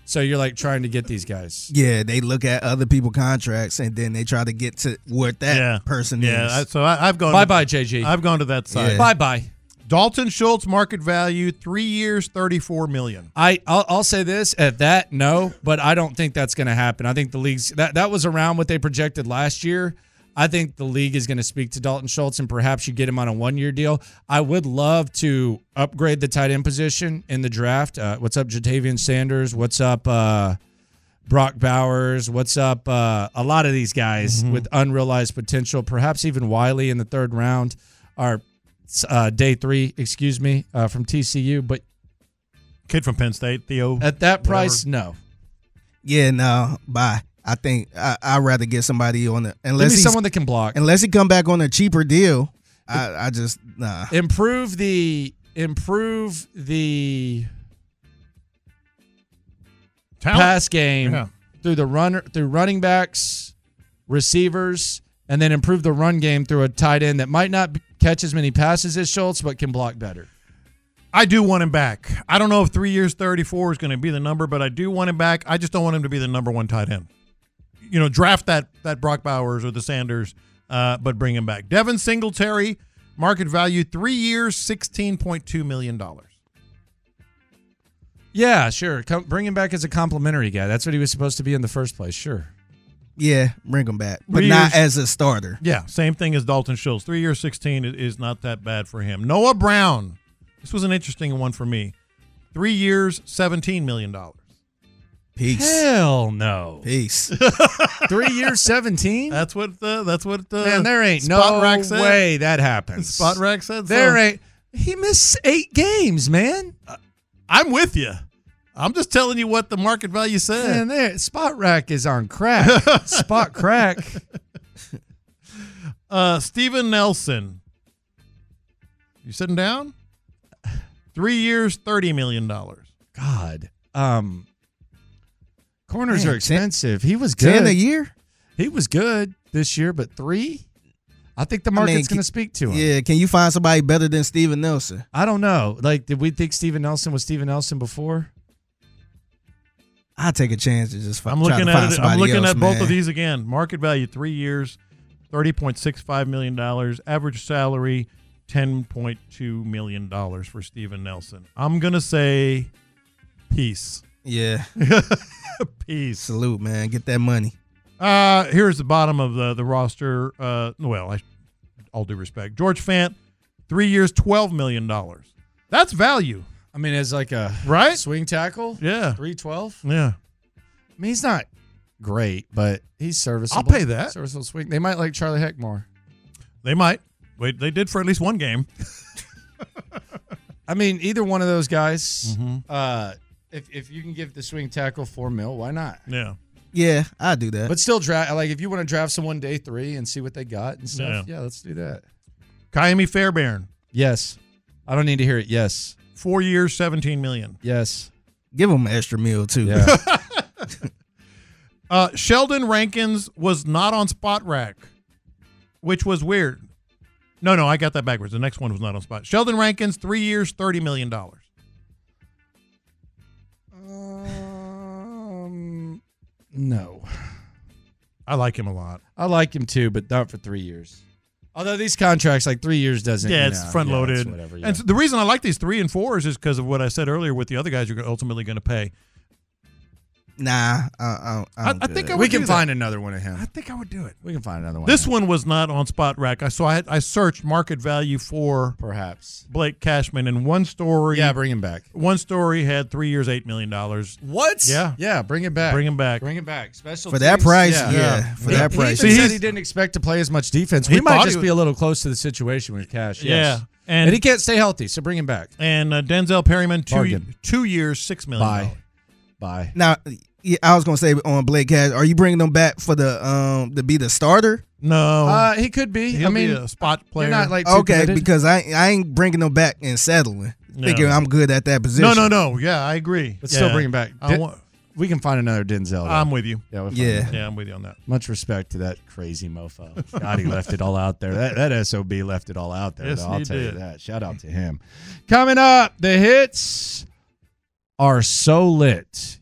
Speaker 1: So you're like trying to get these guys.
Speaker 3: yeah, they look at other people contracts and then they try to get to what that
Speaker 2: yeah,
Speaker 3: person
Speaker 2: yeah.
Speaker 3: is.
Speaker 2: I- so I, I've gone.
Speaker 1: Bye bye, JG.
Speaker 2: I've gone to that side.
Speaker 3: Yeah.
Speaker 1: Bye bye.
Speaker 2: Dalton Schultz market value three years, thirty-four million.
Speaker 1: I I'll, I'll say this at that no, but I don't think that's going to happen. I think the league's that that was around what they projected last year. I think the league is going to speak to Dalton Schultz and perhaps you get him on a one year deal. I would love to upgrade the tight end position in the draft. Uh, what's up, Jatavian Sanders? What's up, uh, Brock Bowers? What's up, uh, a lot of these guys with unrealized potential? Perhaps even Wiley in the third round or uh, day three, excuse me, uh, from TCU. But
Speaker 2: Kid from Penn State, Theo.
Speaker 1: at that
Speaker 2: Whatever.
Speaker 1: price, no.
Speaker 3: yeah, no, bye. I think I I'd rather get somebody on the
Speaker 1: Give
Speaker 3: unless
Speaker 1: me
Speaker 3: he's-
Speaker 1: someone that can block.
Speaker 3: unless he come back on a cheaper deal. I, I just nah.
Speaker 1: Improve the improve the
Speaker 2: Talent.
Speaker 1: pass game
Speaker 2: Yeah.
Speaker 1: through the runner through running backs, receivers, and then improve the run game through a tight end that might not b- catch as many passes as Schultz, but can block better.
Speaker 2: I do want him back. I don't know if three years, 34 is going to be the number, but I do want him back. I just don't want him to be the number one tight end. You know, draft that that Brock Bowers or the Sanders, uh, but bring him back. Devin Singletary, market value three years, sixteen point two million dollars.
Speaker 1: Yeah, sure. Come, bring him back as a complimentary guy. That's what he was supposed to be in the first place. Sure.
Speaker 3: Yeah, bring him back, but
Speaker 2: Rears-
Speaker 3: not as a starter.
Speaker 2: Yeah, same thing as Dalton Schultz. Three years, sixteen i- is not that bad for him. Noah Brown, This was an interesting one for me. Three years, seventeen million dollars.
Speaker 3: Peace.
Speaker 1: Hell no.
Speaker 3: Peace.
Speaker 1: Three years, seventeen.
Speaker 2: That's what the. That's what the.
Speaker 1: Man, there ain't
Speaker 2: Spot
Speaker 1: no
Speaker 2: Rack said.
Speaker 1: way that happens.
Speaker 2: Spot Rack said so. Uh,
Speaker 1: There ain't. He missed eight games, man.
Speaker 2: I'm with you. I'm just telling you what the market value said.
Speaker 1: Man, there, Spot Rack is on crack. Spot crack.
Speaker 2: Uh, Steven Nelson. You sitting down? Three years, thirty million dollars.
Speaker 1: God. Um. Corners
Speaker 3: Man,
Speaker 1: are
Speaker 3: ten-
Speaker 1: expensive. he was good.
Speaker 3: Ten a year.
Speaker 1: He was good this year, but three. I think the market's
Speaker 3: can-
Speaker 1: going to speak to him.
Speaker 3: Yeah, can you find somebody better than Steven Nelson?
Speaker 1: I don't know. Like, did we think Steven Nelson was Steven Nelson before?
Speaker 3: I take a chance to just. fi-
Speaker 2: I'm
Speaker 3: try
Speaker 2: looking
Speaker 3: to find
Speaker 2: at it. I'm
Speaker 3: somebody
Speaker 2: looking
Speaker 3: else,
Speaker 2: at both
Speaker 3: man.
Speaker 2: of these again. Market value three years, thirty point six five million dollars. Average salary, ten point two million dollars for Steven Nelson. I'm gonna say, peace,
Speaker 3: Yeah,
Speaker 2: peace.
Speaker 3: salute, man. Get that money.
Speaker 2: Uh, here's the bottom of the the roster. Uh, well, I, all due respect, George Fant, three years, twelve million dollars. That's value,
Speaker 1: I mean, as like a
Speaker 2: right?
Speaker 1: swing tackle,
Speaker 2: Yeah,
Speaker 1: three twelve.
Speaker 2: yeah.
Speaker 1: I mean, he's not great, but he's serviceable.
Speaker 2: I'll pay that.
Speaker 1: Serviceable swing. They might like Charlie Heck more.
Speaker 2: They might. Wait, they did for at least one game.
Speaker 1: I mean, either one of those guys.
Speaker 2: Mm-hmm.
Speaker 1: Uh, if if you can give the swing tackle four mil, why not?
Speaker 2: Yeah.
Speaker 3: Yeah, I do that.
Speaker 1: But still, draft like if you want to draft someone day three and see what they got and stuff.
Speaker 2: Yeah.
Speaker 1: Yeah, let's do that.
Speaker 2: Kiami Fairbairn,
Speaker 1: Yes, I don't need to hear it. Yes,
Speaker 2: four years, seventeen million.
Speaker 1: yes,
Speaker 3: Give him an extra meal too.
Speaker 1: yeah.
Speaker 2: Uh, Sheldon Rankins was not on spot rack, which was weird. No, no, I got that backwards. The next one was not on spot. Sheldon Rankins, three years, thirty million dollars.
Speaker 1: um, no.
Speaker 2: I like him a lot.
Speaker 1: I like him too, but not for three years. Although these contracts, like three years, doesn't.
Speaker 2: Yeah, it's
Speaker 1: no,
Speaker 2: front
Speaker 1: yeah,
Speaker 2: loaded.
Speaker 1: it's whatever. yeah.
Speaker 2: And so the reason I like these three and fours is because of what I said earlier with the other guys you're ultimately going to pay.
Speaker 3: Nah, I, I, I'm
Speaker 2: I- I think
Speaker 3: good.
Speaker 2: I
Speaker 1: we
Speaker 2: would
Speaker 1: can
Speaker 2: do that.
Speaker 1: find another one of him.
Speaker 2: think I would do it.
Speaker 1: We can find another one.
Speaker 2: This one was not on spot rack. I so I I searched market value for
Speaker 1: perhaps.
Speaker 2: Blake Cashman and one story.
Speaker 1: Yeah, bring him back.
Speaker 2: one story had three years, eight million dollars.
Speaker 1: What?
Speaker 2: Yeah.
Speaker 1: yeah. Bring him back.
Speaker 2: Bring him back.
Speaker 1: Bring him back. Special
Speaker 3: For that
Speaker 1: teams,
Speaker 3: price, yeah, for
Speaker 1: He-
Speaker 3: that
Speaker 1: he
Speaker 3: price.
Speaker 2: See,
Speaker 1: even said
Speaker 2: he's-
Speaker 1: he didn't expect to play as much defense.
Speaker 2: He
Speaker 1: We might
Speaker 2: thought
Speaker 1: just
Speaker 2: he
Speaker 1: be
Speaker 2: was-
Speaker 1: a little close to the situation with Cash.
Speaker 2: Yeah,
Speaker 1: yes. and,
Speaker 2: and-
Speaker 1: he can't stay healthy, so bring him back.
Speaker 2: And uh, Denzel Perryman, two,
Speaker 1: Bargain.
Speaker 2: two years, six million.
Speaker 1: Bye, bye.
Speaker 3: Now, yeah, I was gonna say on Blake Cash, are you bringing them back for the um to be the starter?
Speaker 2: No,
Speaker 1: Uh, he could be.
Speaker 2: he'll
Speaker 1: I mean,
Speaker 2: be a spot player.
Speaker 1: you're not like too
Speaker 3: Okay,
Speaker 1: committed.
Speaker 3: because I I ain't bringing them back and settling,
Speaker 2: No.
Speaker 3: thinking I'm good at that position.
Speaker 2: no, no, no. Yeah, I agree.
Speaker 1: But
Speaker 2: yeah.
Speaker 1: still bring him back.
Speaker 2: I
Speaker 1: Di-
Speaker 2: want,
Speaker 1: we can find another Denzel. though.
Speaker 2: I'm with you.
Speaker 1: yeah, we'll find
Speaker 3: Yeah.
Speaker 2: Yeah, I'm with you on that.
Speaker 1: Much respect to that crazy mofo. God, he left it all out there. That, that SOB left it all out there.
Speaker 2: Yes,
Speaker 1: though, I'll
Speaker 2: he
Speaker 1: tell
Speaker 2: did.
Speaker 1: you that. Shout out to him. Coming up, the hits are so lit,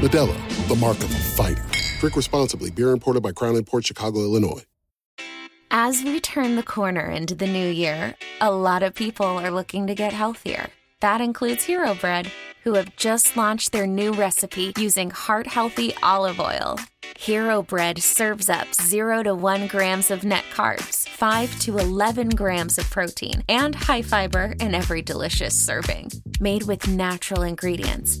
Speaker 6: Medella, the mark of a fighter. Drink responsibly. Beer imported by Crown Port Chicago, Illinois.
Speaker 7: As we turn the corner into the new year, a lot of people are looking to get healthier. That includes Hero Bread, who have just launched their new recipe using heart healthy olive oil. Hero Bread serves up 0 to 1 grams of net carbs, 5 to 11 grams of protein, and high fiber in every delicious serving. Made with natural ingredients,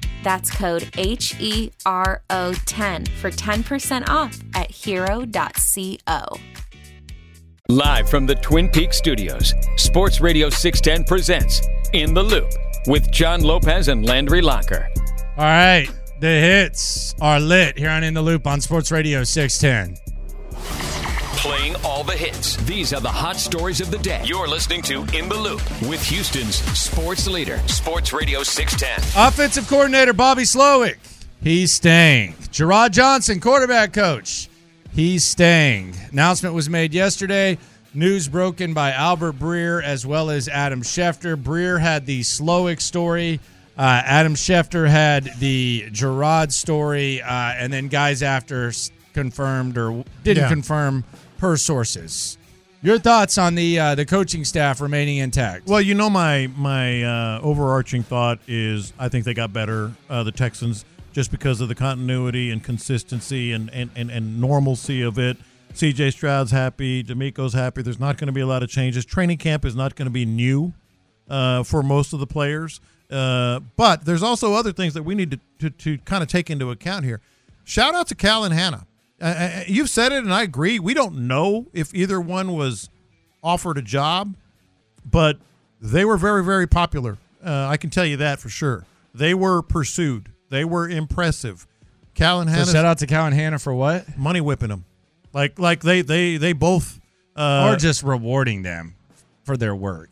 Speaker 7: That's code H E R O 10 for 10% off at hero.co.
Speaker 8: Live from the Twin Peaks studios, Sports Radio 610 presents In the Loop with John Lopez and Landry Locker.
Speaker 1: All right, the hits are lit here on In the Loop on Sports Radio 610.
Speaker 8: Playing all the hits. These are the hot stories of the day. You're listening to In the Loop with Houston's sports leader, Sports Radio 610.
Speaker 1: Offensive coordinator Bobby Slowick, he's staying. Gerard Johnson, quarterback coach, he's staying. Announcement was made yesterday. News broken by Albert Breer as well as Adam Schefter. Breer had the Slowick story. Uh, Adam Schefter had the Gerard story, uh, and then guys after s- confirmed or didn't
Speaker 2: Yeah.
Speaker 1: confirm per sources. Your thoughts on the uh, the coaching staff remaining intact?
Speaker 2: Well, you know my my uh, overarching thought is I think they got better uh, the Texans just because of the continuity and consistency and and, and, and normalcy of it. CJ Stroud's happy, D'Amico's happy. There's not going to be a lot of changes. Training camp is not going to be new uh, for most of the players, uh, but there's also other things that we need to to, to kind of take into account here. Shout out to Cal and Hannah. Uh, Uh, you've said it, and I agree. We don't know if either one was offered a job but they were very, very popular. Uh, I can tell you that for sure. They were pursued. They were impressive. Cal and
Speaker 1: So
Speaker 2: Hannah.
Speaker 1: shout out to Cal and Hannah for what?
Speaker 2: Money whipping them, like like they they they both. Uh,
Speaker 1: or just rewarding them for their work.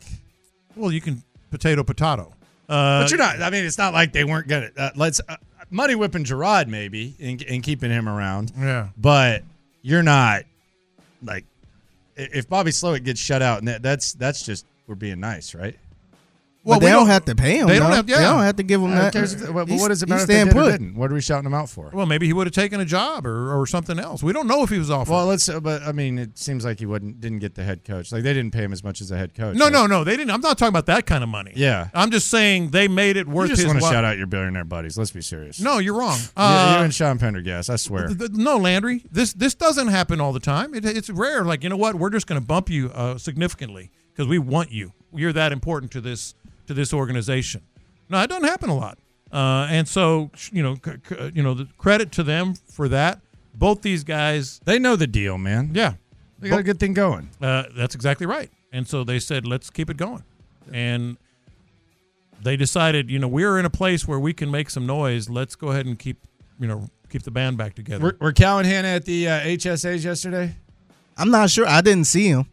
Speaker 2: well, you can potato potato. Uh,
Speaker 1: but you're not. I mean, it's not like they weren't gonna uh, let's uh, money whipping Gerard maybe and, and keeping him around.
Speaker 2: Yeah.
Speaker 1: but you're not like i- if Bobby Slowick gets shut out, and that, that's that's just we're being nice, right?
Speaker 3: Well, But they we don't don't- have to pay him, they don't though. have- They yeah. don't have to
Speaker 2: Uh,
Speaker 3: give him
Speaker 1: I don't
Speaker 3: that.
Speaker 1: care Uh, if- what,
Speaker 3: He's-
Speaker 1: what does it
Speaker 3: he's
Speaker 1: matter if they
Speaker 3: staying
Speaker 1: did or
Speaker 3: put.
Speaker 1: didn't? What are we shouting him out for?
Speaker 2: Well, maybe he would have taken a job or or something else. We don't know if he was offered.
Speaker 1: Well, let's. uh, But I mean, it seems like he wouldn't didn't get the head coach. Like they didn't pay him as much as the head coach.
Speaker 2: no,
Speaker 1: right?
Speaker 2: no, no. They didn't. I'm not talking about that kind of money.
Speaker 1: Yeah.
Speaker 2: I'm just saying they made it worth
Speaker 1: you just
Speaker 2: his
Speaker 1: want to
Speaker 2: while.
Speaker 1: shout out your billionaire buddies. Let's be serious.
Speaker 2: No, you're wrong.
Speaker 1: yeah,
Speaker 2: Uh,
Speaker 1: you and Sean Pendergast. I swear.
Speaker 2: Th- th- No, Landry, this this doesn't happen all the time. It, it's rare. Like you know what, we're just going to bump you uh, significantly because we want you. You're that important to this to this organization. No, it doesn't happen a lot. Uh, and so you know, c- c- you know, the credit to them for that. Both these guys,
Speaker 1: they know the deal, man.
Speaker 2: Yeah,
Speaker 1: They got a good thing going.
Speaker 2: Uh, that's exactly right. And so they said, let's keep it going. And they decided, you know, we're in a place where we can make some noise. Let's go ahead and keep, you know, keep the band back together.
Speaker 1: Were, were Cal and Hannah at the uh, HSAs yesterday?
Speaker 3: I'm not sure. I didn't see him.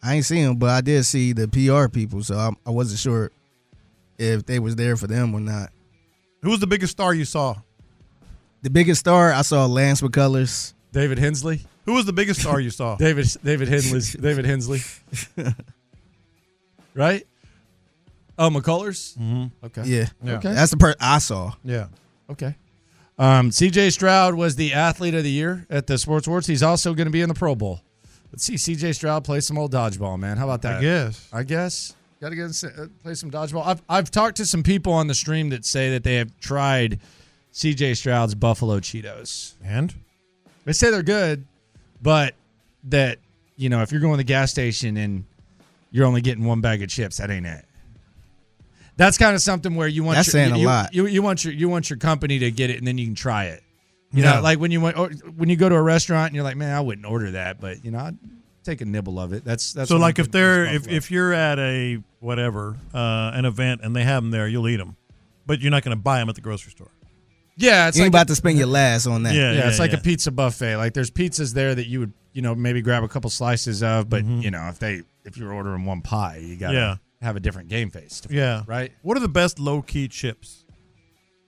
Speaker 3: I ain't see him, but I did see the PR people, so I, I wasn't sure if they was there for them or not.
Speaker 2: Who was the biggest star you saw?
Speaker 3: The biggest star I saw Lance McCullers.
Speaker 1: David Hensley.
Speaker 2: Who was the biggest star you saw?
Speaker 1: David David Hensley's David Hensley. right? Oh, McCullers? Mm-hmm. Okay.
Speaker 3: Yeah.
Speaker 1: Okay.
Speaker 3: That's the part I saw.
Speaker 2: Yeah.
Speaker 1: Okay. Um, CJ Stroud was the athlete of the year at the Sports Awards. He's also going to be in the Pro Bowl. Let's see CJ Stroud play some old dodgeball, man. How about that?
Speaker 2: I guess.
Speaker 1: I guess. Got to get in, uh, play some dodgeball. I've I've talked to some people on the stream that say that they have tried CJ Stroud's Buffalo Cheetos.
Speaker 2: And
Speaker 1: they say they're good, but that you know if you're going to the gas station and you're only getting one bag of chips, that ain't it. That's kind of something where you want
Speaker 3: That's
Speaker 1: your,
Speaker 3: saying
Speaker 1: you,
Speaker 3: a
Speaker 1: you-
Speaker 3: lot.
Speaker 1: You, you want your you want your company to get it and then you can try it. You
Speaker 3: Yeah.
Speaker 1: know, like when you went or when you go to a restaurant and you're like, man, I wouldn't order that, but you know, I'd take a nibble of it. That's that's
Speaker 2: so
Speaker 1: what
Speaker 2: like
Speaker 1: I'm
Speaker 2: if they're
Speaker 1: thinking
Speaker 2: if,
Speaker 1: about
Speaker 2: if you're at a whatever uh, an event and they have them there, you'll eat them, but you're not going to buy them at the grocery store.
Speaker 1: Yeah, it's
Speaker 3: you
Speaker 1: like
Speaker 3: ain't about to spend your last on that.
Speaker 1: Yeah, it's like a pizza buffet. Like there's pizzas there that you would, you know, maybe grab a couple slices of, but you know, if they if you're ordering one pie, you gotta
Speaker 2: Mm-hmm. Yeah.
Speaker 1: have a different game face. to-
Speaker 2: Yeah.
Speaker 1: right.
Speaker 2: What are the best low key chips?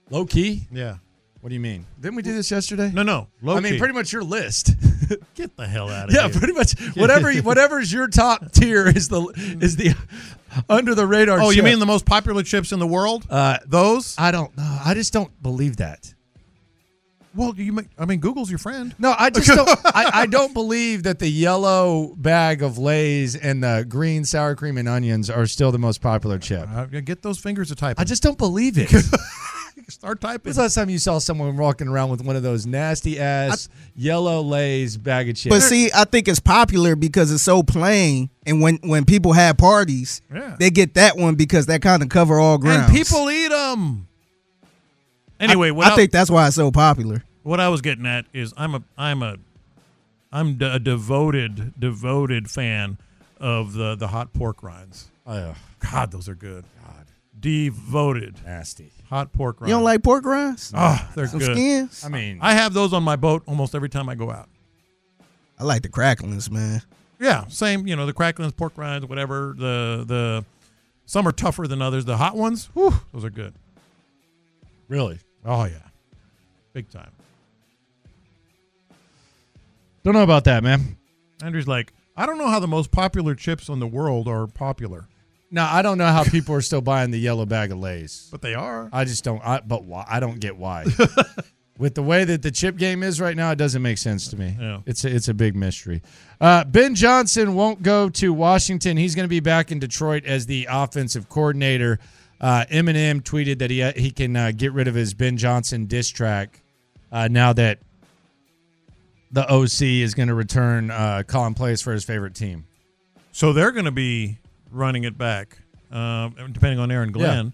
Speaker 1: Low key.
Speaker 2: Yeah.
Speaker 1: What do you mean? Didn't we do this yesterday?
Speaker 2: No, no. Low
Speaker 1: I mean,
Speaker 2: key.
Speaker 1: pretty much your list.
Speaker 2: Get the hell out of
Speaker 1: yeah,
Speaker 2: here.
Speaker 1: pretty much whatever whatever's your top tier is the is the under the radar.
Speaker 2: Oh, you
Speaker 1: chip.
Speaker 2: mean the most popular chips in the world?
Speaker 1: Uh,
Speaker 2: Those?
Speaker 1: I don't know. I just don't believe that.
Speaker 2: Well, you may, I mean, Google's your friend.
Speaker 1: No, I just don't. I, I don't believe that the yellow bag of Lay's and the green sour cream and onions are still the most popular chip.
Speaker 2: Uh, get those fingers to type.
Speaker 1: I just don't believe it.
Speaker 2: Start typing.
Speaker 1: When's the last time you saw someone walking around with one of those nasty ass yellow Lay's bag of chips?
Speaker 3: But see, I think it's popular because it's so plain, and when when people have parties,
Speaker 2: Yeah.
Speaker 3: they get that one because that kind of cover all ground.
Speaker 2: and people eat them. Anyway,
Speaker 3: I,
Speaker 2: what
Speaker 3: I think that's why it's so popular.
Speaker 2: what I was getting at is I'm a I'm a I'm d- a devoted devoted fan of the the hot pork rinds.
Speaker 1: Oh,
Speaker 2: God, those are good. God, devoted.
Speaker 1: Nasty
Speaker 2: hot pork rinds.
Speaker 3: You don't like pork rinds?
Speaker 2: Oh, they're
Speaker 3: Some
Speaker 2: good.
Speaker 3: skins?
Speaker 1: I mean-
Speaker 2: I have those on my boat almost every time I go out.
Speaker 3: I like the cracklings, man.
Speaker 2: Yeah, same. You know, the cracklings, pork rinds, whatever. The the some are tougher than others. The hot ones, whew, those are good.
Speaker 1: Really?
Speaker 2: Oh yeah, big time.
Speaker 1: Don't know about that, man.
Speaker 2: Andrew's like, I don't know how the most popular chips in the world are popular.
Speaker 1: Now I don't know how people are still buying the yellow bag of Lay's,
Speaker 2: but they are.
Speaker 1: I just don't. I, but why? I don't get why. With the way that the chip game is right now, it doesn't make sense to me.
Speaker 2: Yeah.
Speaker 1: It's a, it's a big mystery. Uh, ben Johnson won't go to Washington. He's going to be back in Detroit as the offensive coordinator. Uh, Eminem tweeted that he he can uh, get rid of his Ben Johnson diss track uh, now that the OC is going to return uh, calling plays for his favorite team.
Speaker 2: So they're going to be running it back, uh, depending on Aaron Glenn.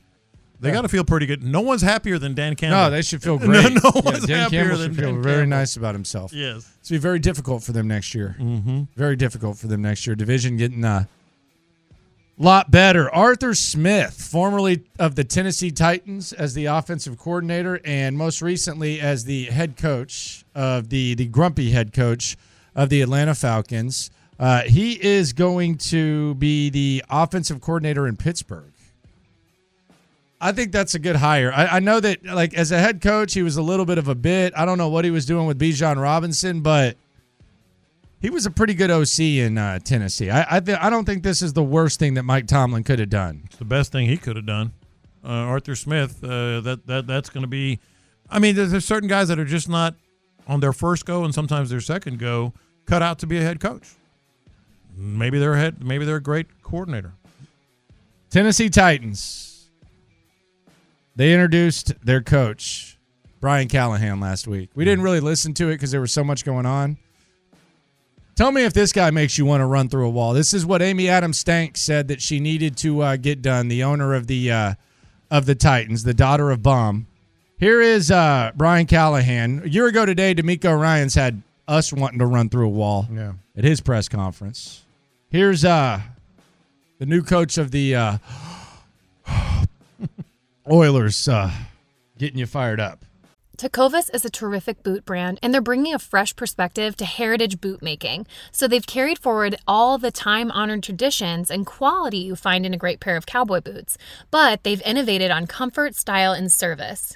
Speaker 2: They
Speaker 1: Yeah.
Speaker 2: got to feel pretty good. No one's happier than Dan Campbell.
Speaker 1: No, they should feel great.
Speaker 2: no, no
Speaker 1: Yeah,
Speaker 2: one's
Speaker 1: Dan
Speaker 2: happier
Speaker 1: Campbell
Speaker 2: than
Speaker 1: should feel
Speaker 2: Dan
Speaker 1: very
Speaker 2: Campbell.
Speaker 1: nice about himself.
Speaker 2: Yes.
Speaker 1: it's gonna be very difficult for them next year. Mm-hmm. Very difficult for them next year. Division getting a lot better. Arthur Smith, formerly of the Tennessee Titans as the offensive coordinator, and most recently as the head coach of the the grumpy head coach of the Atlanta Falcons. Uh, he is going to be the offensive coordinator in Pittsburgh. I think that's a good hire. I, I know that, like, as a head coach, he was a little bit of a bit. I don't know what he was doing with Bijan Robinson, but he was a pretty good OC in uh, Tennessee. I I, th- I don't think this is the worst thing that Mike Tomlin could have done.
Speaker 2: It's the best thing he could have done. Uh, Arthur Smith, uh, that that that's going to be. I mean, there's, there's certain guys that are just not on their first go, and sometimes their second go, cut out to be a head coach. Maybe they're a head. Maybe they're a great coordinator.
Speaker 1: Tennessee Titans. They introduced their coach, Brian Callahan, last week. We didn't really listen to it because there was so much going on. Tell me if this guy makes you want to run through a wall. This is what Amy Adams Stank said that she needed to uh, get done. The owner of the uh, of the Titans, the daughter of Bomb. Here is uh, Brian Callahan. A year ago today, D'Amico Ryan's had us wanting to run through a wall
Speaker 2: Yeah.
Speaker 1: at his press conference. Here's uh, the new coach of the uh, Oilers uh, getting you fired up.
Speaker 9: Tecovas is a terrific boot brand, and they're bringing a fresh perspective to heritage boot making. So they've carried forward all the time honored traditions and quality you find in a great pair of cowboy boots, but they've innovated on comfort, style, and service.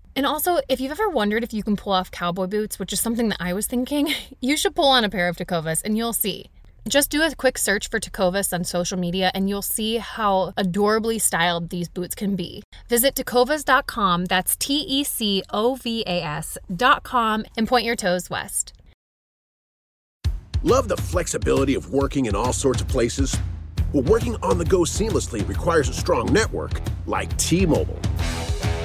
Speaker 9: And also, if you've ever wondered if you can pull off cowboy boots, which is something that I was thinking, you should pull on a pair of Tecovas and you'll see. Just do a quick search for Tecovas on social media and you'll see how adorably styled these boots can be. Visit tecovas.com, that's T E C O V A S.com, and point your toes west.
Speaker 10: Love the flexibility of working in all sorts of places? Well, working on the go seamlessly requires a strong network like T Mobile.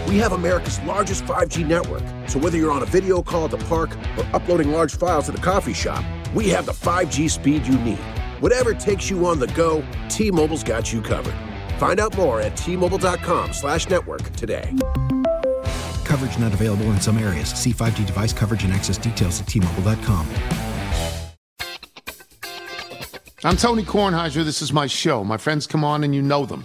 Speaker 10: We have America's largest 5G network, so whether you're on a video call at the park or uploading large files at a coffee shop, we have the 5G speed you need. Whatever takes you on the go, T Mobile's got you covered. Find out more at T Mobile.com slash network today.
Speaker 11: Coverage not available in some areas. See 5G device coverage and access details at tmobile.com.
Speaker 12: I'm Tony Kornheiser. This is my show. My friends come on and you know them.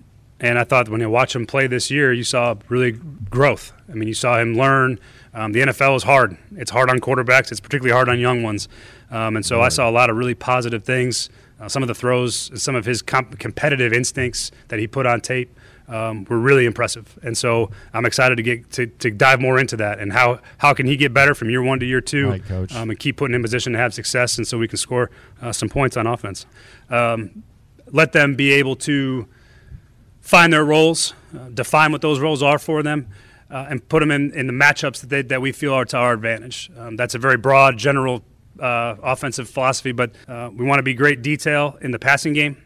Speaker 13: and I thought when you watch him play this year, you saw really growth. I mean, you saw him learn. Um, the NFL is hard. It's hard on quarterbacks. It's particularly hard on young ones. Um, and so I saw a lot of really positive things. Uh, some of the throws, some of his comp- competitive instincts that he put on tape um, were really impressive. And so I'm excited to get to, to dive more into that and how how can he get better from year one to year two,
Speaker 1: Right, coach.
Speaker 13: Um, and keep putting him in position to have success, and so we can score uh, some points on offense. Um, let them be able to find their roles, uh, define what those roles are for them, uh, and put them in, in the matchups that, they, that we feel are to our advantage. Um, that's a very broad, general uh, offensive philosophy, but uh, we want to be great detail in the passing game,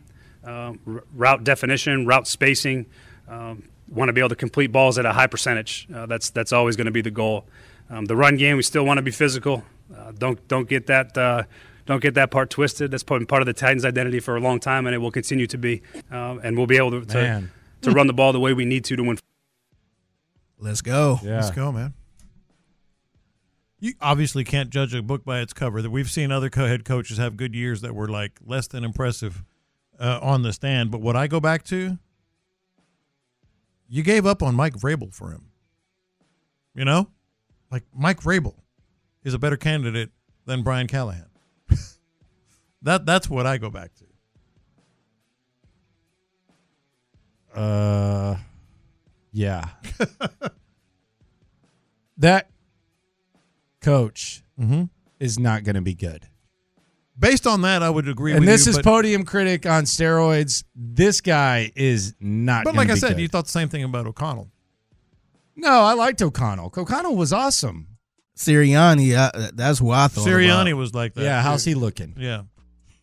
Speaker 13: uh, r- route definition, route spacing. Um, want to be able to complete balls at a high percentage. Uh, that's that's always going to be the goal. Um, the run game, we still want to be physical. Uh, don't don't get that. Uh, don't get that part twisted. That's been part of the Titans' identity for a long time, and it will continue to be. Um, and we'll be able to, to
Speaker 1: Man.
Speaker 13: to run the ball the way we need to to win.
Speaker 3: Let's go.
Speaker 1: Yeah.
Speaker 2: Let's go, man. You obviously can't judge a book by its cover. That we've seen other co- head coaches have good years that were like less than impressive uh, on the stand. But what I go back to, you gave up on Mike Vrabel for him. You know, like Mike Vrabel is a better candidate than Brian Callahan. that that's what I go back to.
Speaker 1: Uh, yeah. that coach
Speaker 2: Mm-hmm.
Speaker 1: is not going to be good.
Speaker 2: Based on that, I would agree.
Speaker 1: And
Speaker 2: with
Speaker 1: this
Speaker 2: you,
Speaker 1: is
Speaker 2: but-
Speaker 1: podium critic on steroids. This guy is not.
Speaker 2: But
Speaker 1: gonna
Speaker 2: like I
Speaker 1: be
Speaker 2: said,
Speaker 1: good.
Speaker 2: you thought the same thing about O'Connell.
Speaker 1: no, I liked O'Connell. O'Connell was awesome.
Speaker 3: Sirianni, I, uh, that's who I thought.
Speaker 2: Sirianni
Speaker 3: about.
Speaker 2: was like that.
Speaker 1: Yeah, how's
Speaker 2: too.
Speaker 1: he looking?
Speaker 2: Yeah.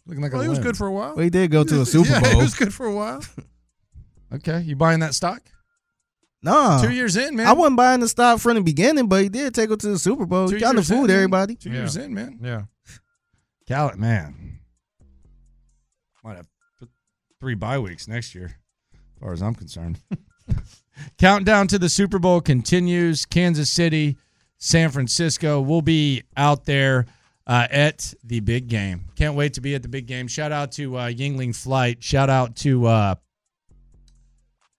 Speaker 1: Looking like
Speaker 2: well,
Speaker 1: a
Speaker 2: he was
Speaker 1: limb.
Speaker 2: good for a while.
Speaker 3: Well, he did go to a Super
Speaker 2: yeah,
Speaker 3: Bowl.
Speaker 2: he was good for a while.
Speaker 1: Okay, you buying that stock?
Speaker 3: No,
Speaker 1: Two years in, man.
Speaker 3: I wasn't buying the stock from the beginning, but he did take her to the Super Bowl.
Speaker 1: Two
Speaker 3: He kind of
Speaker 1: years in,
Speaker 3: fooled
Speaker 1: man.
Speaker 3: everybody.
Speaker 1: Two years in, man.
Speaker 2: Yeah.
Speaker 1: Gallup, man. Might have th- three bye weeks next year, as far as I'm concerned. Countdown to the Super Bowl continues. Kansas City, San Francisco. We'll be out there uh, at the big game. Can't wait to be at the big game. Shout out to uh, Yingling Flight. Shout out to uh,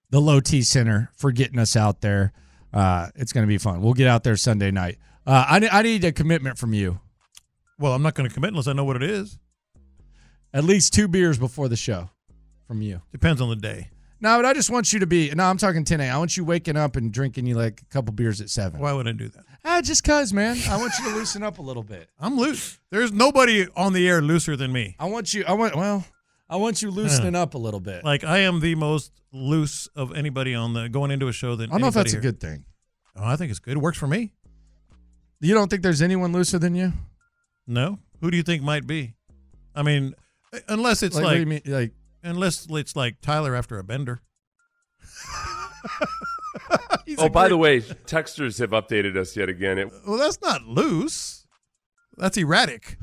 Speaker 1: the Low T Center for getting us out there. Uh, it's going to be fun. We'll get out there Sunday night. Uh, I, ne- I need a commitment from you.
Speaker 2: Well, I'm not going to commit unless I know what it is.
Speaker 1: At least two beers before the show from you.
Speaker 2: Depends on the day.
Speaker 1: No, but I just want you to be. No, I'm talking 10 a. I want you waking up and drinking you like a couple beers at seven.
Speaker 2: Why would I do that?
Speaker 1: Ah, just cause, man. I want you to loosen up a little bit.
Speaker 2: I'm loose. There's nobody on the air looser than me.
Speaker 1: I want you. I want. Well, I want you loosening up a little bit.
Speaker 2: Like I am the most loose of anybody on the going into a show. Than
Speaker 1: I don't know if
Speaker 2: anybody
Speaker 1: that's a
Speaker 2: here.
Speaker 1: good thing.
Speaker 2: Oh, I think it's good. It works for me.
Speaker 1: You don't think there's anyone looser than you?
Speaker 2: No. Who do you think might be? I mean, unless it's
Speaker 1: Like,
Speaker 2: like,
Speaker 1: what do you mean, like
Speaker 2: unless it's like Tyler after a bender. He's
Speaker 14: oh,
Speaker 2: a
Speaker 14: by
Speaker 2: great-
Speaker 14: the way, texters have updated us yet again. It,
Speaker 2: Well, that's not loose. That's erratic.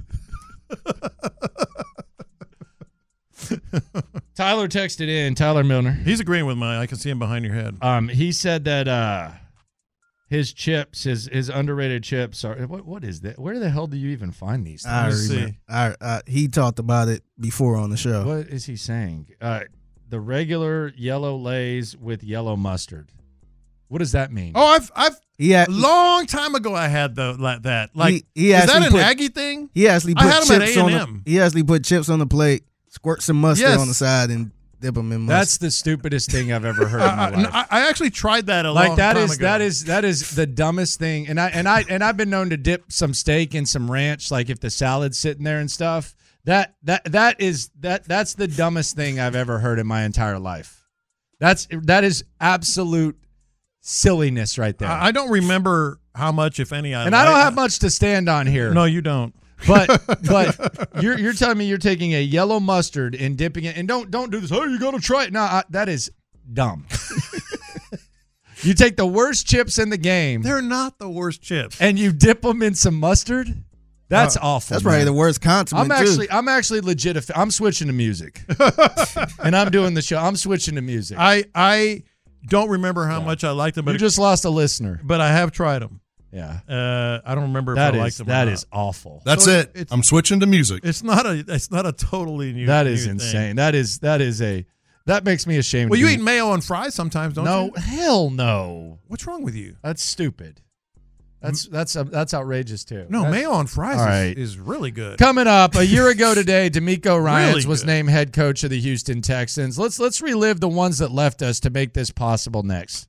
Speaker 1: Tyler texted in. Tyler Milner.
Speaker 2: He's agreeing with my. I can see him behind your head.
Speaker 1: Um, he said that uh, his chips, his his underrated chips are. What what is that? Where the hell do you even find these?
Speaker 3: I
Speaker 1: things?
Speaker 3: remember. I, I, he talked about it before on the show.
Speaker 1: What is he saying? Uh, the regular yellow lays with yellow mustard. What does that mean?
Speaker 2: Oh, I've I've
Speaker 3: yeah.
Speaker 2: Long time ago, I had the like that. Like
Speaker 3: he, he
Speaker 2: is that
Speaker 3: actually
Speaker 2: an
Speaker 3: put-
Speaker 2: Aggie thing?
Speaker 3: He actually put
Speaker 2: I had him
Speaker 3: chips
Speaker 2: at
Speaker 3: on.
Speaker 2: A&M.
Speaker 3: The, he actually put chips on the plate, squirt some mustard
Speaker 2: Yes.
Speaker 3: on the side, and dip them in mustard.
Speaker 1: That's the stupidest thing I've ever heard in my
Speaker 2: I,
Speaker 1: life.
Speaker 2: I- I actually tried that Uh, a
Speaker 1: like
Speaker 2: long
Speaker 1: that
Speaker 2: time
Speaker 1: is
Speaker 2: ago.
Speaker 1: that is that is the dumbest thing and i and i and i've been known to dip some steak in some ranch like if the salad's sitting there and stuff that that that is that that's the dumbest thing i've ever heard in my entire life that's that is absolute silliness right there
Speaker 2: I, I don't remember how much, if any. I
Speaker 1: and i don't
Speaker 2: like-
Speaker 1: have much to stand on here
Speaker 2: No, you don't.
Speaker 1: but but you're you're telling me you're taking a yellow mustard and dipping it and don't don't do this oh you gotta try it no I, that is dumb You take the worst chips in the game.
Speaker 2: They're not the worst chips.
Speaker 1: And you dip them in some mustard. That's
Speaker 3: Oh,
Speaker 1: awful.
Speaker 3: that's probably
Speaker 1: man.
Speaker 3: the worst condiment,
Speaker 1: I'm
Speaker 3: too.
Speaker 1: actually, I'm actually legit. a fa- I'm switching to music, and I'm doing the show. I'm switching to music.
Speaker 2: I I don't remember how much I liked them, but
Speaker 1: you just lost a listener.
Speaker 2: but I have tried them.
Speaker 1: Yeah.
Speaker 2: Uh, I don't remember if
Speaker 1: That
Speaker 2: I
Speaker 1: is-
Speaker 2: liked them.
Speaker 1: that
Speaker 2: That is
Speaker 1: is awful.
Speaker 15: That's it. I'm switching to music.
Speaker 2: It's not a. It's not a totally new.
Speaker 1: That is
Speaker 2: new thing.
Speaker 1: insane. That is that is a that makes me ashamed.
Speaker 2: Well,
Speaker 1: to
Speaker 2: you
Speaker 1: be-
Speaker 2: eat mayo on fries sometimes, don't
Speaker 1: no,
Speaker 2: you?
Speaker 1: hell no.
Speaker 2: What's wrong with you?
Speaker 1: That's stupid. That's that's uh, that's outrageous too.
Speaker 2: Mm. No,
Speaker 1: That's-
Speaker 2: mayo on fries
Speaker 1: All
Speaker 2: is,
Speaker 1: right.
Speaker 2: is really good.
Speaker 1: Coming up a year ago today, D'Amico Ryan's
Speaker 2: Really
Speaker 1: was
Speaker 2: good.
Speaker 1: named head coach of the Houston Texans. Let's let's relive the ones that left us to make this possible next.